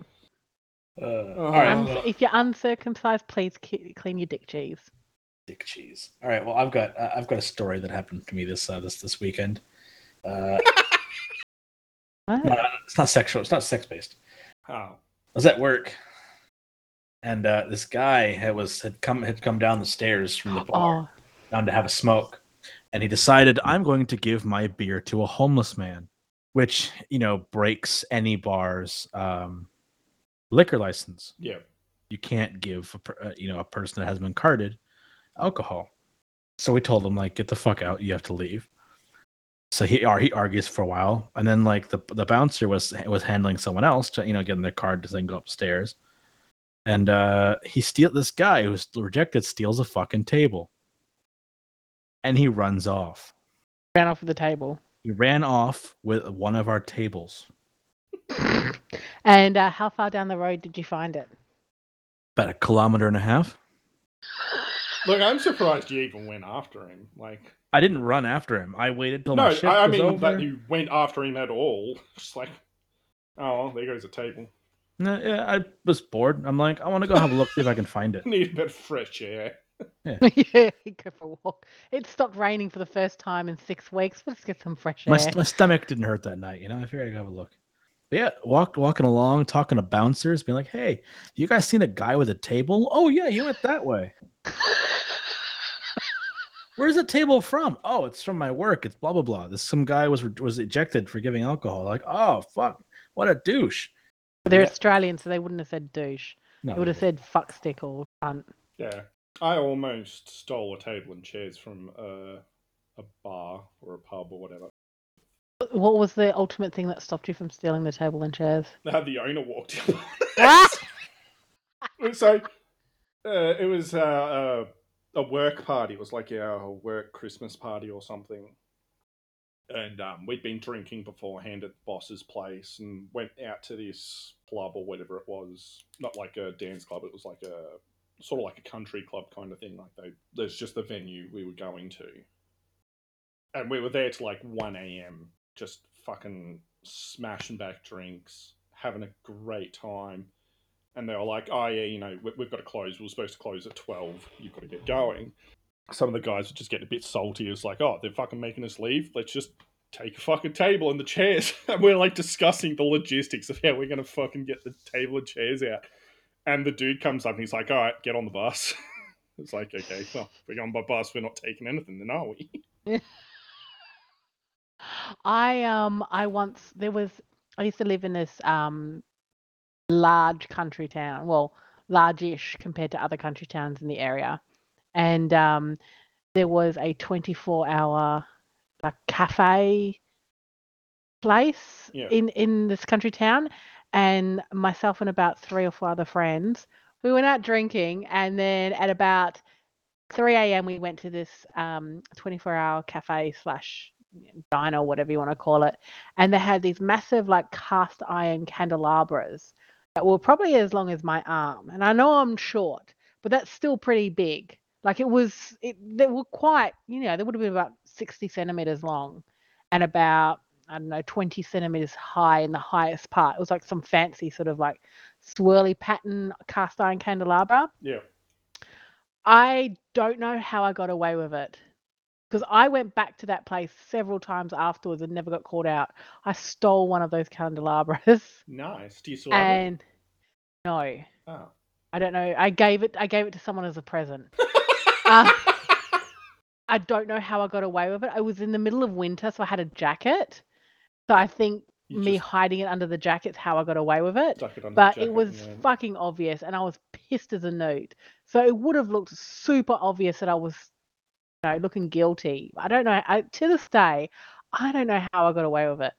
Uh, all all right, right. Um, if you're uncircumcised, please ke- clean your dick cheese. dick cheese. All right. Well, I've got uh, I've got a story that happened to me this uh, this this weekend. Uh, What? no, no, it's not sexual. It's not sex based. Oh. I was at work, and uh, this guy had was had come had come down the stairs from the bar Oh, down to have a smoke, and he decided I'm going to give my beer to a homeless man, which you know breaks any bar's um, liquor license. Yeah. you can't give a, per- uh, you know a person that has been carded alcohol so we told him like get the fuck out you have to leave so he ar- he argues for a while and then like the the bouncer was was handling someone else to you know getting their card to then go upstairs and uh he steal this guy who's rejected steals a fucking table and he runs off ran off of the table. he ran off with one of our tables And uh, how far down the road did you find it? about a kilometer and a half Look, I'm surprised you even went after him. Like, i didn't run after him i waited till no, Oh, my shift I, I was mean over. that you went after him at all. Just like, oh, well, there goes a table. No, yeah, I was bored. I'm like, I want to go have a look, see if I can find it. Need a bit of fresh air. yeah, go for a walk. It stopped raining for the first time in six weeks. Let's get some fresh My, air. st- my stomach didn't hurt that night, you know. I figured I'd have a look. But yeah, walked walking along, talking to bouncers, being like, "Hey, you guys seen a guy with a table? Oh yeah, you went that way. Where's the table from? Oh, it's from my work. It's blah blah blah. This some guy was re- was ejected for giving alcohol. Like, oh fuck, what a douche. They're yeah. Australian, so they wouldn't have said douche. No, They would have Oh, no, said fuck stick or cunt. Yeah, I almost stole a table and chairs from uh, a bar or a pub or whatever. What was the ultimate thing that stopped you from stealing the table and chairs? Now the owner walked Ah! in. so uh, it was uh, a, a work party. It was like our work Christmas party or something. And um, we'd been drinking beforehand at the boss's place and went out to this club or whatever it was. Not like a dance club. It was like a sort of like a country club kind of thing. Like they, there's just the venue we were going to, and we were there till like one a.m. Just fucking smashing back drinks, having a great time. And they were like, "Oh yeah, you know, we- we've got to close. We We're supposed to close at twelve. You've got to get going." Some of the guys were just getting a bit salty. It's like, "Oh, they're fucking making us leave. Let's just." Take a fucking table and the chairs, and we're like discussing the logistics of how we're gonna fucking get the table and chairs out. And the dude comes up and he's like, "All right, get on the bus." it's like, okay, well, if we're going by bus. We're not taking anything, then are we? I um I once there was I used to live in this um large country town. Well, large-ish compared to other country towns in the area, and um, there was a 24-hour like cafe place Yeah. in in this country town, and myself and about three or four other friends, we went out drinking, and then at about 3 a.m. we went to this um, 24-hour cafe slash diner, whatever you want to call it, and they had these massive like cast iron candelabras that were probably as long as my arm. And I know I'm short, but that's still pretty big. Like it was, it, they were quite, you know, they would have been about 60 centimeters long and about, I don't know, 20 centimeters high in the highest part. It was like some fancy sort of like swirly pattern cast iron candelabra. Yeah. I don't know how I got away with it because I went back to that place several times afterwards and never got caught out. I stole one of those candelabras Nice. Do you still have it? and no, Oh. I don't know. I gave it. I gave it to someone as a present. Uh, I don't know how I got away with it. I was in the middle of winter, so I had a jacket. So I think You me just hiding it under the jacket's how I got away with it stuck it under the but jacket it was and went, fucking obvious and i was pissed as a newt so it would have looked super obvious that i was you know looking guilty i don't know I, to this day i don't know how i got away with it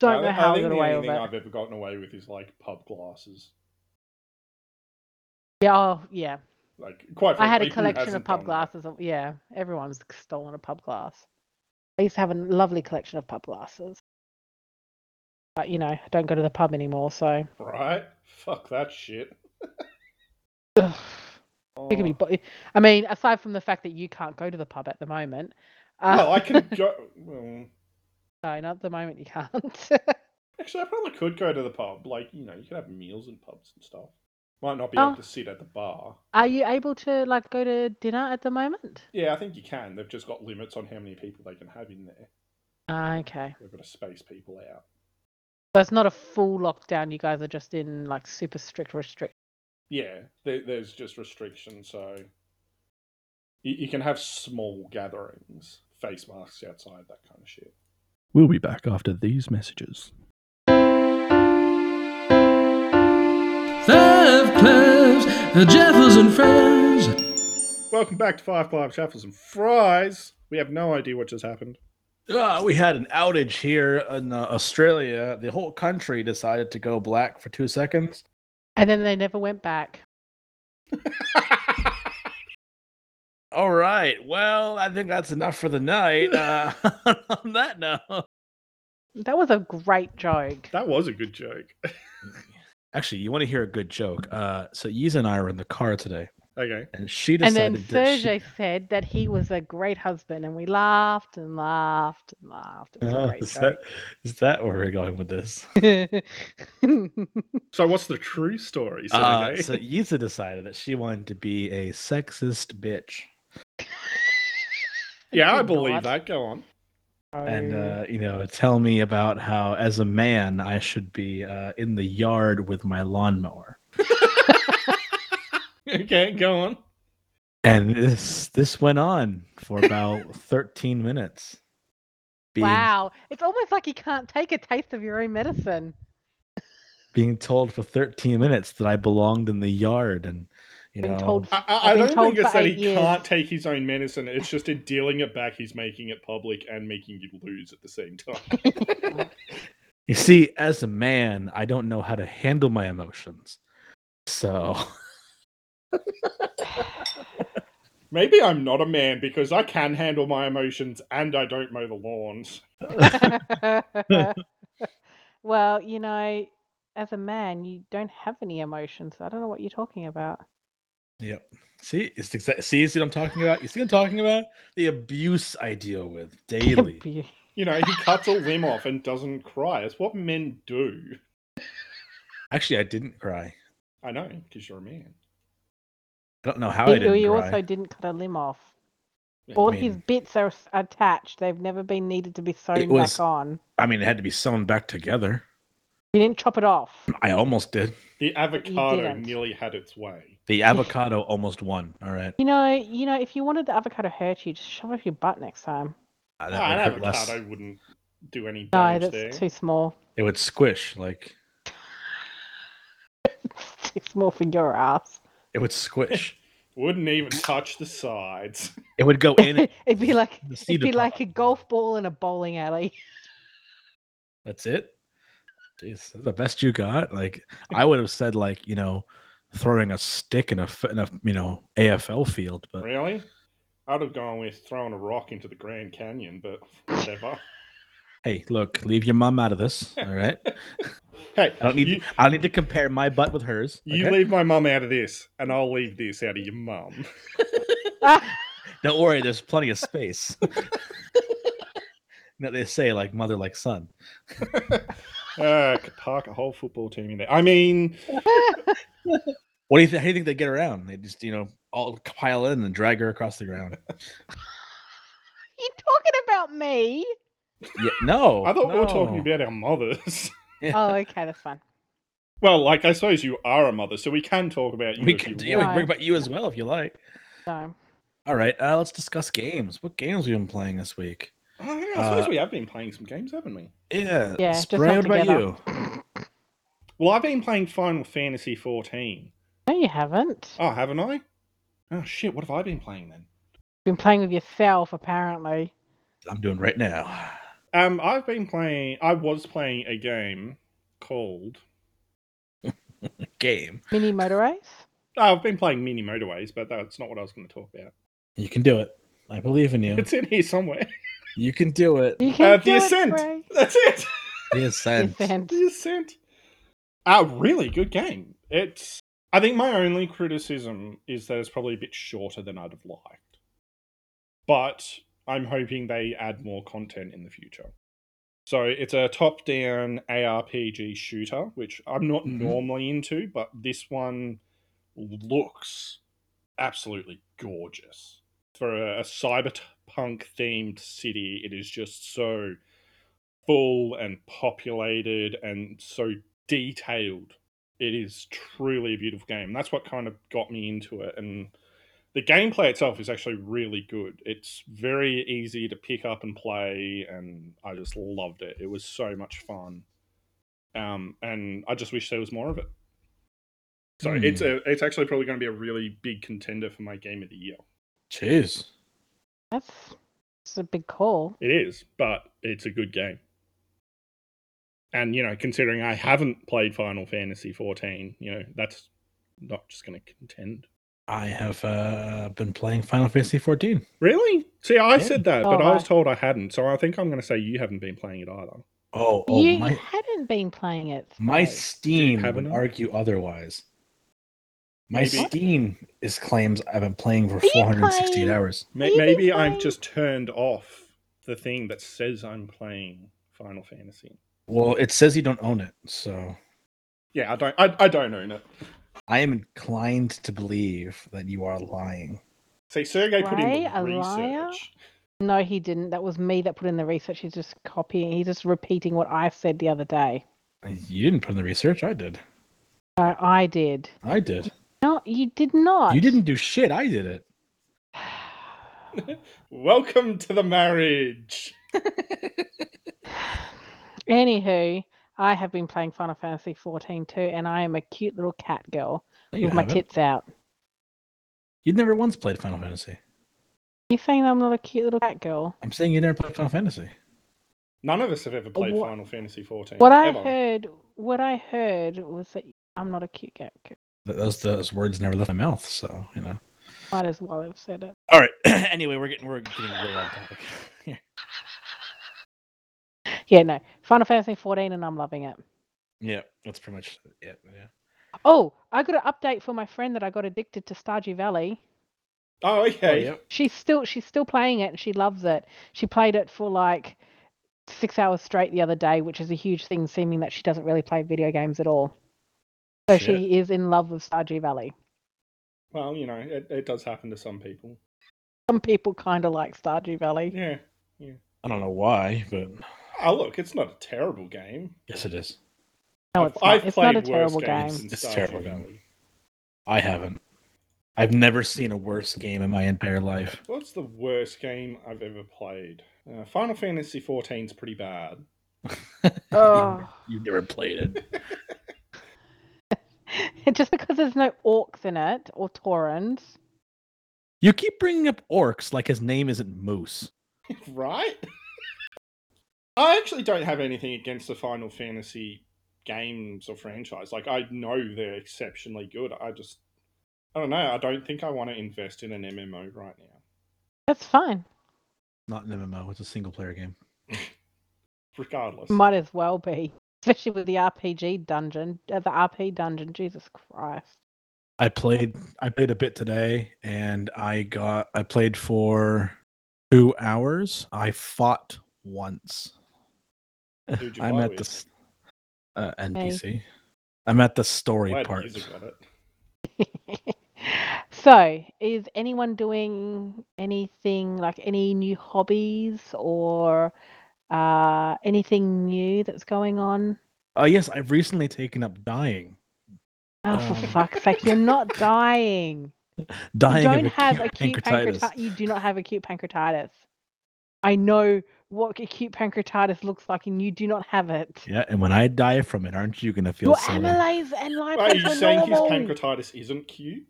don't know I, how i, think got the away only with it thing I've ever gotten away with is like pub glasses. yeah oh, yeah Like quite. i had frankly, a who collection of hasn't pub done that? glasses of- yeah everyone's stolen a pub glass i used to have a lovely collection of pub glasses but you know i don't go to the pub anymore so Right? Fuck that shit. It can be, Oh. bo- I mean, aside from the fact that you can't go to the pub at the moment. Uh, Oh. Well, I could go. Well, No, not at the moment you can't. actually, I probably could go to the pub. Like you know, you could have meals in pubs and stuff. Might not be Oh. able to sit at the bar. Are you able to like go to dinner at the moment? Yeah, I think you can. They've just got limits on how many people they can have in there. Ah, okay. They've got to space people out. So it's not a full lockdown. You guys are just in like super strict restrict. Yeah, there, there's just restrictions, so you, you can have small gatherings, face masks outside, that kind of shit. We'll be back after these messages. Five Clubs, Jeffers and Friends. Welcome back to Five Club Shuffles and Fries. We have no idea what just happened. Uh, we had an outage here in uh, Australia. The whole country decided to go black for two seconds. And then they never went back. All right. Well, I think that's enough for the night. Uh, on that note, That was a great joke. that was a good joke. actually, you want to hear a good joke? Uh, so Yiz and I were in the car today, Okay. and she And decided. then that she- Sergey said that he was a great husband, and we laughed and laughed and laughed. It was Ah, Oh, a great is that is that where we're going with this? joke. So, what's the true story? Uh, Sergey? so Yiza decided that she wanted to be a sexist bitch, yeah, I did believe not. that. Go on. and Oh. uh, you know, tell me about how, as a man, I should be uh, in the yard with my lawnmower. Okay, go on. And this this went on for about thirteen minutes. Being, Wow. It's almost like you can't take a taste of your own medicine. being told for thirteen minutes that I belonged in the yard, and you Being know, told I, I, I I've been don't told think it's for that he eight years. can't take his own medicine. It's just in dealing it back, he's making it public and making you lose at the same time. You see, as a man, I don't know how to handle my emotions. So Maybe I'm not a man because I can handle my emotions and I don't mow the lawns. well, you know, as a man, you don't have any emotions. I don't know what you're talking about. Yep. See, it's exa- see, see what I'm talking about. You see what I'm talking about? The abuse I deal with daily. Abu- You know, he cuts a limb off and doesn't cry. It's what men do. Actually, I didn't cry. I know, because you're a man. I don't know how I You, didn't you cry. also didn't cut a limb off. Yeah, All I his mean- bits are s- attached. They've never been needed to be sewn was- back on. I mean, it had to be sewn back together. You didn't chop it off. I almost did. The you avocado didn't. nearly had its way. The avocado almost won. All right. You know, you know, if you wanted the avocado to hurt you, just shove it up your butt next time. Uh, Ah, an that would hurt less. avocado wouldn't do any No, damage that's there. too small. It would squish like It's more for your ass. It would squish. Wouldn't even touch the sides. it would go in. and- It'd be like The it'd cedar be like a pod. golf ball in a bowling alley. That's it. Jeez, that's the best you got. Like I would have said, like you know, throwing a stick in a f- in a you know AFL field, but Really? I'd have gone with throwing a rock into the Grand Canyon, but whatever. Hey, look, leave your mom out of this. All right. hey, I don't need you, I don't need to compare my butt with hers. you okay? leave my mum out of this, and I'll leave this out of your mum. Ah, Don't worry, there's plenty of space. no, they say like mother like son. Uh, could park a whole football team in there. I mean, What do you think? How do you think they get around? They just, you know, all pile in and drag her across the ground. you talking about me? Yeah, Oh, no. I thought we were talking no. about our mothers. Oh, okay, that's fine. well, like I suppose you are a mother, so we can talk about you. we if can you yeah, want. we can bring about you as well if you like. No. All right, uh, let's discuss games. What games have you been playing this week? Oh, yeah, I suppose Uh, we have been playing some games, haven't we? Yeah, Yeah, just Spray, not what about together. you? Well, I've been playing Final Fantasy fourteen. No, you haven't. Oh, haven't I? Oh shit! What have I been playing then? You've been playing with yourself, apparently. I'm doing right now. Um, I've been playing. I was playing a game called. Game. Mini motor race. Oh, I've been playing Mini Motorways, but that's not what I was going to talk about. You can do it. I believe in you. It's in here somewhere. You can do it. You can Uh, do the it, Ascent. Bray. That's it. Yes, The and Ascent. The Ascent. A really good game. It's. I think my only criticism is that it's probably a bit shorter than I'd have liked. But I'm hoping they add more content in the future. So it's a top down ARPG shooter, which I'm not Mhm. normally into, but this one looks absolutely gorgeous. For a, a cyberpunk themed city, it is just so full and populated and so detailed. It is truly a beautiful game. That's what kind of got me into it. And the gameplay itself is actually really good. It's very easy to pick up and play, and I just loved it. It was so much fun. Um, and I just wish there was more of it. So Hmm. it's a, it's actually probably going to be a really big contender for my game of the year. Jeez. That's, that's a big call. It is, but it's a good game. And you know, considering I haven't played Final Fantasy 14, you know, that's not just going to contend. I have uh, been playing Final Fantasy 14. Really? See, I Yeah. said that, but Oh, I was I- told I hadn't. So I think I'm going to say you haven't been playing it either. Oh, oh you my, hadn't been playing it. my though. Steam have would it on? argue otherwise. My Maybe- Steam is claims I've been playing for you 468 playing- hours. May- You've been Maybe I've playing- just turned off the thing that says I'm playing Final Fantasy. Well, it says you don't own it, so Yeah, I don't. I, I don't own it. I am inclined to believe that you are lying. See, Sergey put in Right? the A liar? research. No, he didn't. That was me that put in the research. He's just copying. He's just repeating what I said the other day. Uh, You didn't put in the research. I did. No, I did. I did. No, you did not. You didn't do shit. I did it. Welcome to the marriage. Anywho, I have been playing Final Fantasy 14 too, and I am a cute little cat girl No, you with my haven't. tits out. You'd never once played Final Fantasy. You saying I'm not a cute little cat girl? I'm saying you never played Final Fantasy. None of us have ever played what- Final Fantasy 14. What I ever. heard, what I heard was that I'm not a cute cat girl. Th- Those those words never left my mouth. So you know. Might as well have said it. All right. anyway, we're getting we're getting way on topic. here. Yeah, no. Final Fantasy 14, and I'm loving it. yeah, that's pretty much it. Yeah. Oh, I got an update for my friend that I got addicted to Stardew Valley. Oh, okay. Oh, yep. She's still she's still playing it and she loves it. She played it for like six hours straight the other day, which is a huge thing, seeming that she doesn't really play video games at all. So Shit. she is in love with Stardew Valley. Well, you know, it, it does happen to some people. Some people kind of like Stardew Valley. Yeah. I don't know why, but Oh, look, it's not a terrible game. yes, it is. No, I've- it's not. I've It's played not a terrible worse games game. than It's a Stardew terrible game. Valley. I haven't. I've never seen a worse game in my entire life. What's the worst game I've ever played? Uh, Final Fantasy XIV's pretty bad. Oh. You've never played it. Just because there's no orcs in it or taurans. You keep bringing up orcs like his name isn't Moose. right? I actually don't have anything against the Final Fantasy games or franchise. Like, I know they're exceptionally good. I just, I don't know. I don't think I want to invest in an MMO right now, That's fine. Not an MMO. It's a single player game. regardless. Might as well be, especially with the RPG dungeon, uh, the RP dungeon. Jesus Christ. I played I played a bit today and I got I played for two hours. I fought once. Who'd you I'm fight at with? the s- uh, NPC. I'm at the story Glad part. Blizzard got it. so, is anyone doing anything like any new hobbies or uh, anything new that's going on? Oh yes, I've recently taken up dying. Oh, for Um, fuck's sake, you're not dying. Dying you of don't have acute pancreatitis. pancreatitis. You do not have acute pancreatitis. I know what acute pancreatitis looks like, and you do not have it. Yeah, and when I die from it, aren't you gonna feel Your silly? amylase and Wait, are lipase you are saying his normal. pancreatitis isn't cute?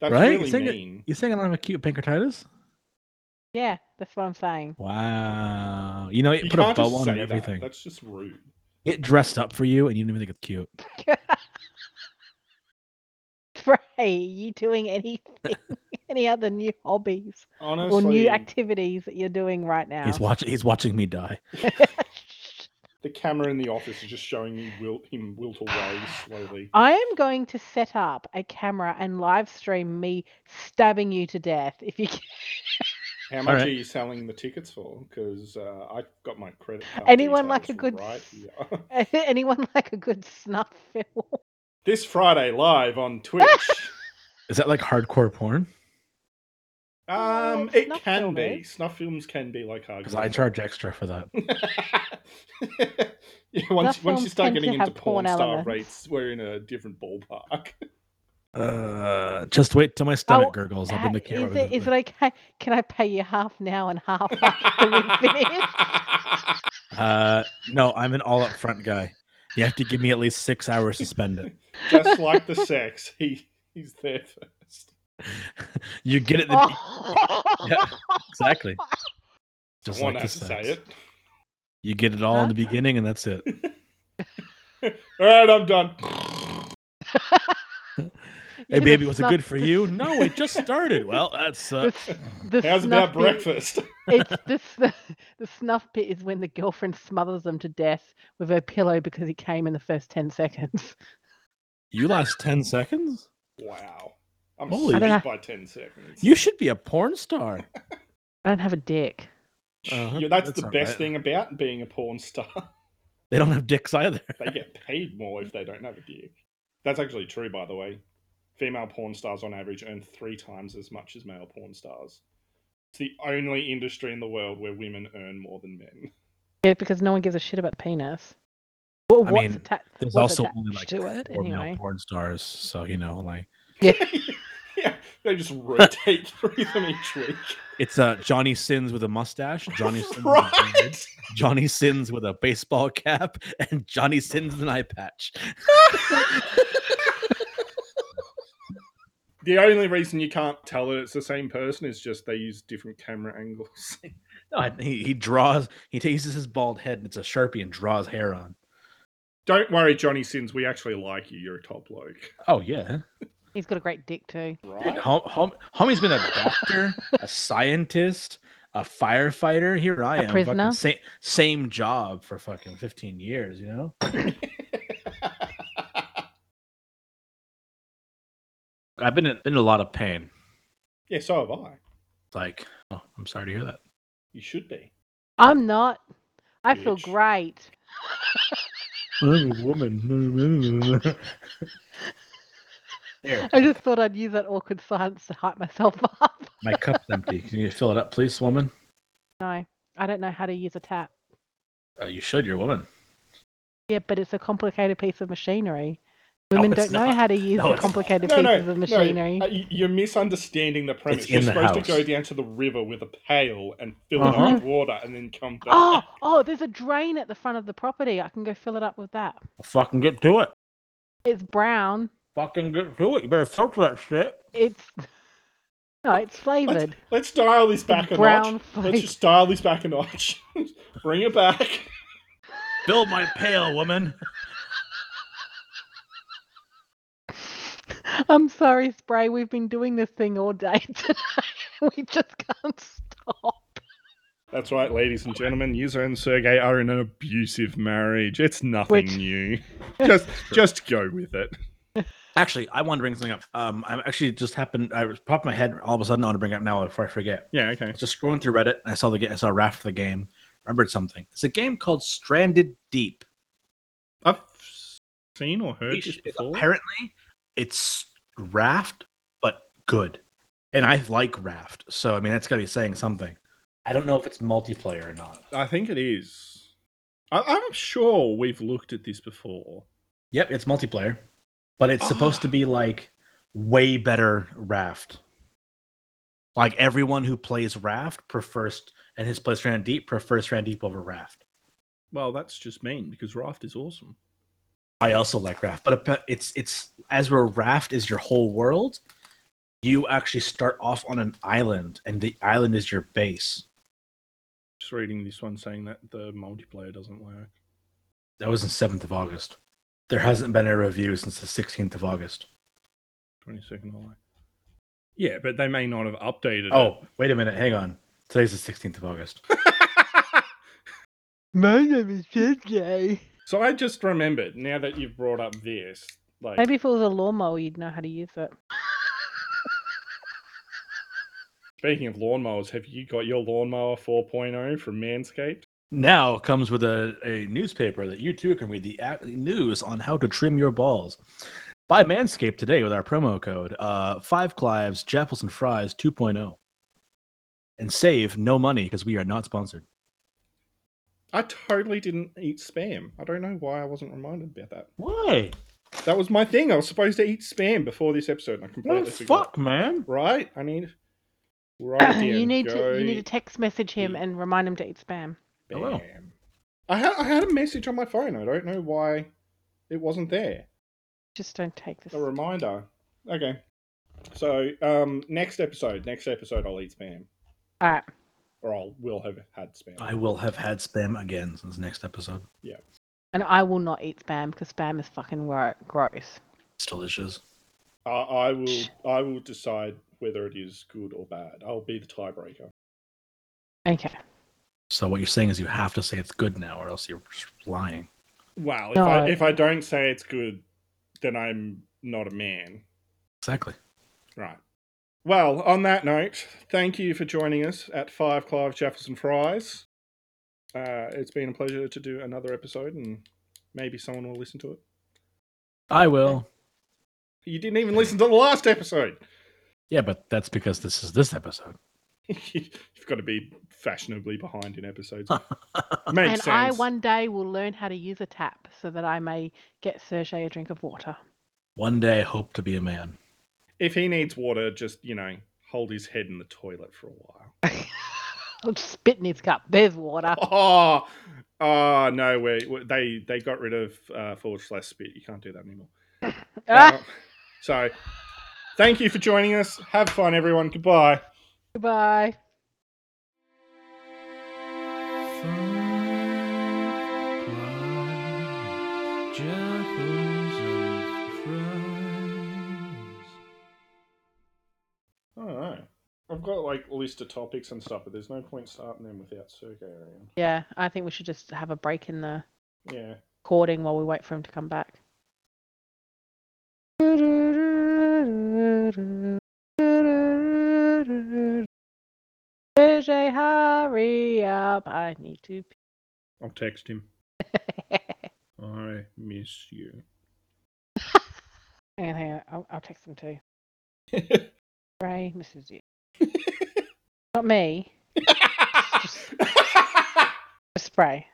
That's Right? really He's saying it- mean. You saying I don't have acute pancreatitis? Yeah, that's what I'm saying. Wow. You know, it You put a can't bow just on say and that. everything. That's just rude. It dressed up for you and you didn't even think it's cute. Trey, you doing anything? any other new hobbies Honestly, or new activities that you're doing right now? He's watching he's watching me die. the camera in the office is just showing you wilt, him wilt away slowly. I am going to set up a camera and live stream me stabbing you to death. If you can. How much right. are you selling the tickets for? Because uh, I got my credit card. Anyone like details a good right s- here. anyone like a good snuff film? this Friday live on Twitch. Is that like hardcore porn? um, it's it snuff can film, be. eh? Snuff films can be like Because I hardcore. charge extra for that. yeah, Snuff once once you films start tend to getting into have porn, porn star elements. rates, we're in a different ballpark. Uh, just wait till my stomach Oh, gurgles. I'll bring Ha- the camera. is with it, me. is it okay? Can I pay you half now and half after we finish? Uh, no, I'm an all up front guy. You have to give me at least six hours to spend it. Just like the sex, he he's there first. You get it. The, Oh. Yeah, exactly. I Just want like to the say sex. it. You get it all in the beginning, and that's it. All right, I'm done. Yeah, Hey, the baby, was it snuff- good for the you? s- No, it just started. Well, that's the uh, s- the How's snuff about bit- breakfast? It's this the, the snuff bit is when the girlfriend smothers them to death with her pillow because he came in the first ten seconds. you lost ten seconds. Wow. I'm Holy Holy I don't by 10 seconds. You should be a porn star. I don't have a dick. Uh-huh, Yeah, that's, that's the all best right. thing about being a porn star. They don't have dicks either. they get paid more if they don't have a dick. That's actually true, by the way. Female porn stars on average earn three times as much as male porn stars. It's the only industry in the world where women earn more than men. Yeah, because no one gives a shit about penis. Well, I what's mean, atta- There's what's also attached only like to it four male anyway? porn stars, so you know, like yeah, they just rotate through them each week. it's uh Johnny Sins with a mustache, Johnny Sins, with a beard, right? Johnny Sins with a baseball cap, and Johnny Sins with an eye patch. The only reason you can't tell that it's the same person is just they use different camera angles. No, I- he, he draws. He takes his bald head and it's a sharpie and draws hair on. Don't worry, Johnny Sins. We actually like you. You're a top bloke. Oh yeah, He's got a great dick too. Right? Hom- hom- homie's been a doctor, a scientist, a firefighter. Here I A am, prisoner. fucking sa- same job for fucking fifteen years. You know, I've been in, been in a lot of pain. yeah, so have I. Like, oh, I'm sorry to hear that. You should be. I'm not. I feel Bitch. great. I'm a woman. there, I just thought I'd use that awkward silence to hype myself up. my cup's empty. Can you fill it up, please, woman? No, I don't know how to use a tap. Uh, you should. You're a woman. Yeah, but it's a complicated piece of machinery. No, Women don't it's know not. how to use No, the it's not. complicated No, no, pieces of no. machinery. uh, y- You're misunderstanding the premise. It's You're in the supposed house. to go down to the river with a pail and fill it Uh-huh. up with water, and then come back. oh, oh, there's a drain at the front of the property. I can go fill it up with that. fucking get to it. It's brown. Fucking get to it. You better filter that shit. It's no, it's Let's, flavored. let's dial this back a brown notch. flavour. Let's just dial this back a notch. Bring it back. Fill my pail, woman. I'm sorry, Spray. We've been doing this thing all day today. we just can't stop. That's right, ladies and gentlemen. Yuzo and Sergey are in an abusive marriage. It's nothing Which- new. Just, just go with it. Actually, I want to bring something up. Um, I'm actually just happened. I was popped my head all of a sudden. I want to bring it up now before I forget. Yeah. Okay. I was just scrolling through Reddit and I saw the ga- I saw Raft the game. Remembered something. It's a game called Stranded Deep. I've seen or heard this It's- before. Apparently, it's Raft, but good. And I like Raft, so I mean that's got to be saying something. I don't know if it's multiplayer or not. I think it is. I, I'm sure we've looked at this before. Yep, it's multiplayer, but it's supposed to be like way better Raft. Like everyone who plays Raft prefers and has played Stranded Deep prefers Stranded Deep over Raft. Well, that's just mean because Raft is awesome. I also like Raft, but appa- it's it's as where Raft is your whole world. You actually start off on an island, and the island is your base. Just reading this one saying that the multiplayer doesn't work. That was on seventh of August. There hasn't been a review since the sixteenth of August. 22nd of July. Yeah, but they may not have updated Oh, wait a minute, hang on. Today's the sixteenth of August. it. My name is JJ. so I just remembered now that you've brought up this. Like, Maybe if it was a lawnmower, you'd know how to use it. speaking of lawnmowers, have you got your lawnmower 4.0 from Manscaped? Now comes with a, a newspaper that you too can read the ac- news on how to trim your balls. Buy Manscaped today with our promo code uh, Five Clives, Jaffles, and Fries 2.0. And save no money because we are not sponsored. I totally didn't eat spam. I don't know why I wasn't reminded about that. Why? That was my thing. I was supposed to eat spam before this episode, and I completely forgot. man? Right? I need. Right here. you need go to you need to text message him eat. and remind him to eat spam. I will. spam. I, ha- I had a message on my phone. I don't know why it wasn't there. Just don't take this. A reminder. Okay. So, um, next episode, next episode, I'll eat spam, All right. or I'll will have had spam. I will have had spam again since next episode. And I will not eat spam because spam is fucking ro- gross. It's delicious. I, I will. I will decide whether it is good or bad. I'll be the tiebreaker. Okay. So what you're saying is you have to say it's good now, or else you're just lying. Wow. If, No, I, I- if I don't say it's good, then I'm not a man. Exactly. Right. Well, on that note, thank you for joining us at Five Clive Chaffles and Fries. Uh, it's been a pleasure to do another episode, and maybe someone will listen to it. I will. You didn't even listen to the last episode. Yeah, but that's because this is this episode. You've got to be fashionably behind in episodes. Makes and sense. I one day will learn how to use a tap so that I may get Sergey a drink of water. One day, hope to be a man. If he needs water, just you know, hold his head in the toilet for a while. I'll just spit in his cup. There's water. Oh, oh no! We they they got rid of uh, forward slash spit. You can't do that anymore. Ah, Uh, so, thank you for joining us. Have fun, everyone. Goodbye. goodbye. I don't know. I've got like a list of topics and stuff, but there's no point starting them without Sergey around. Yeah, I think we should just have a break in the Yeah. recording while we wait for him to come back. Sergey, hurry up. I need to. I'll text him. I miss you. Hang on, hang on. I'll, I'll text him too. Ray misses you. Not me. Spray.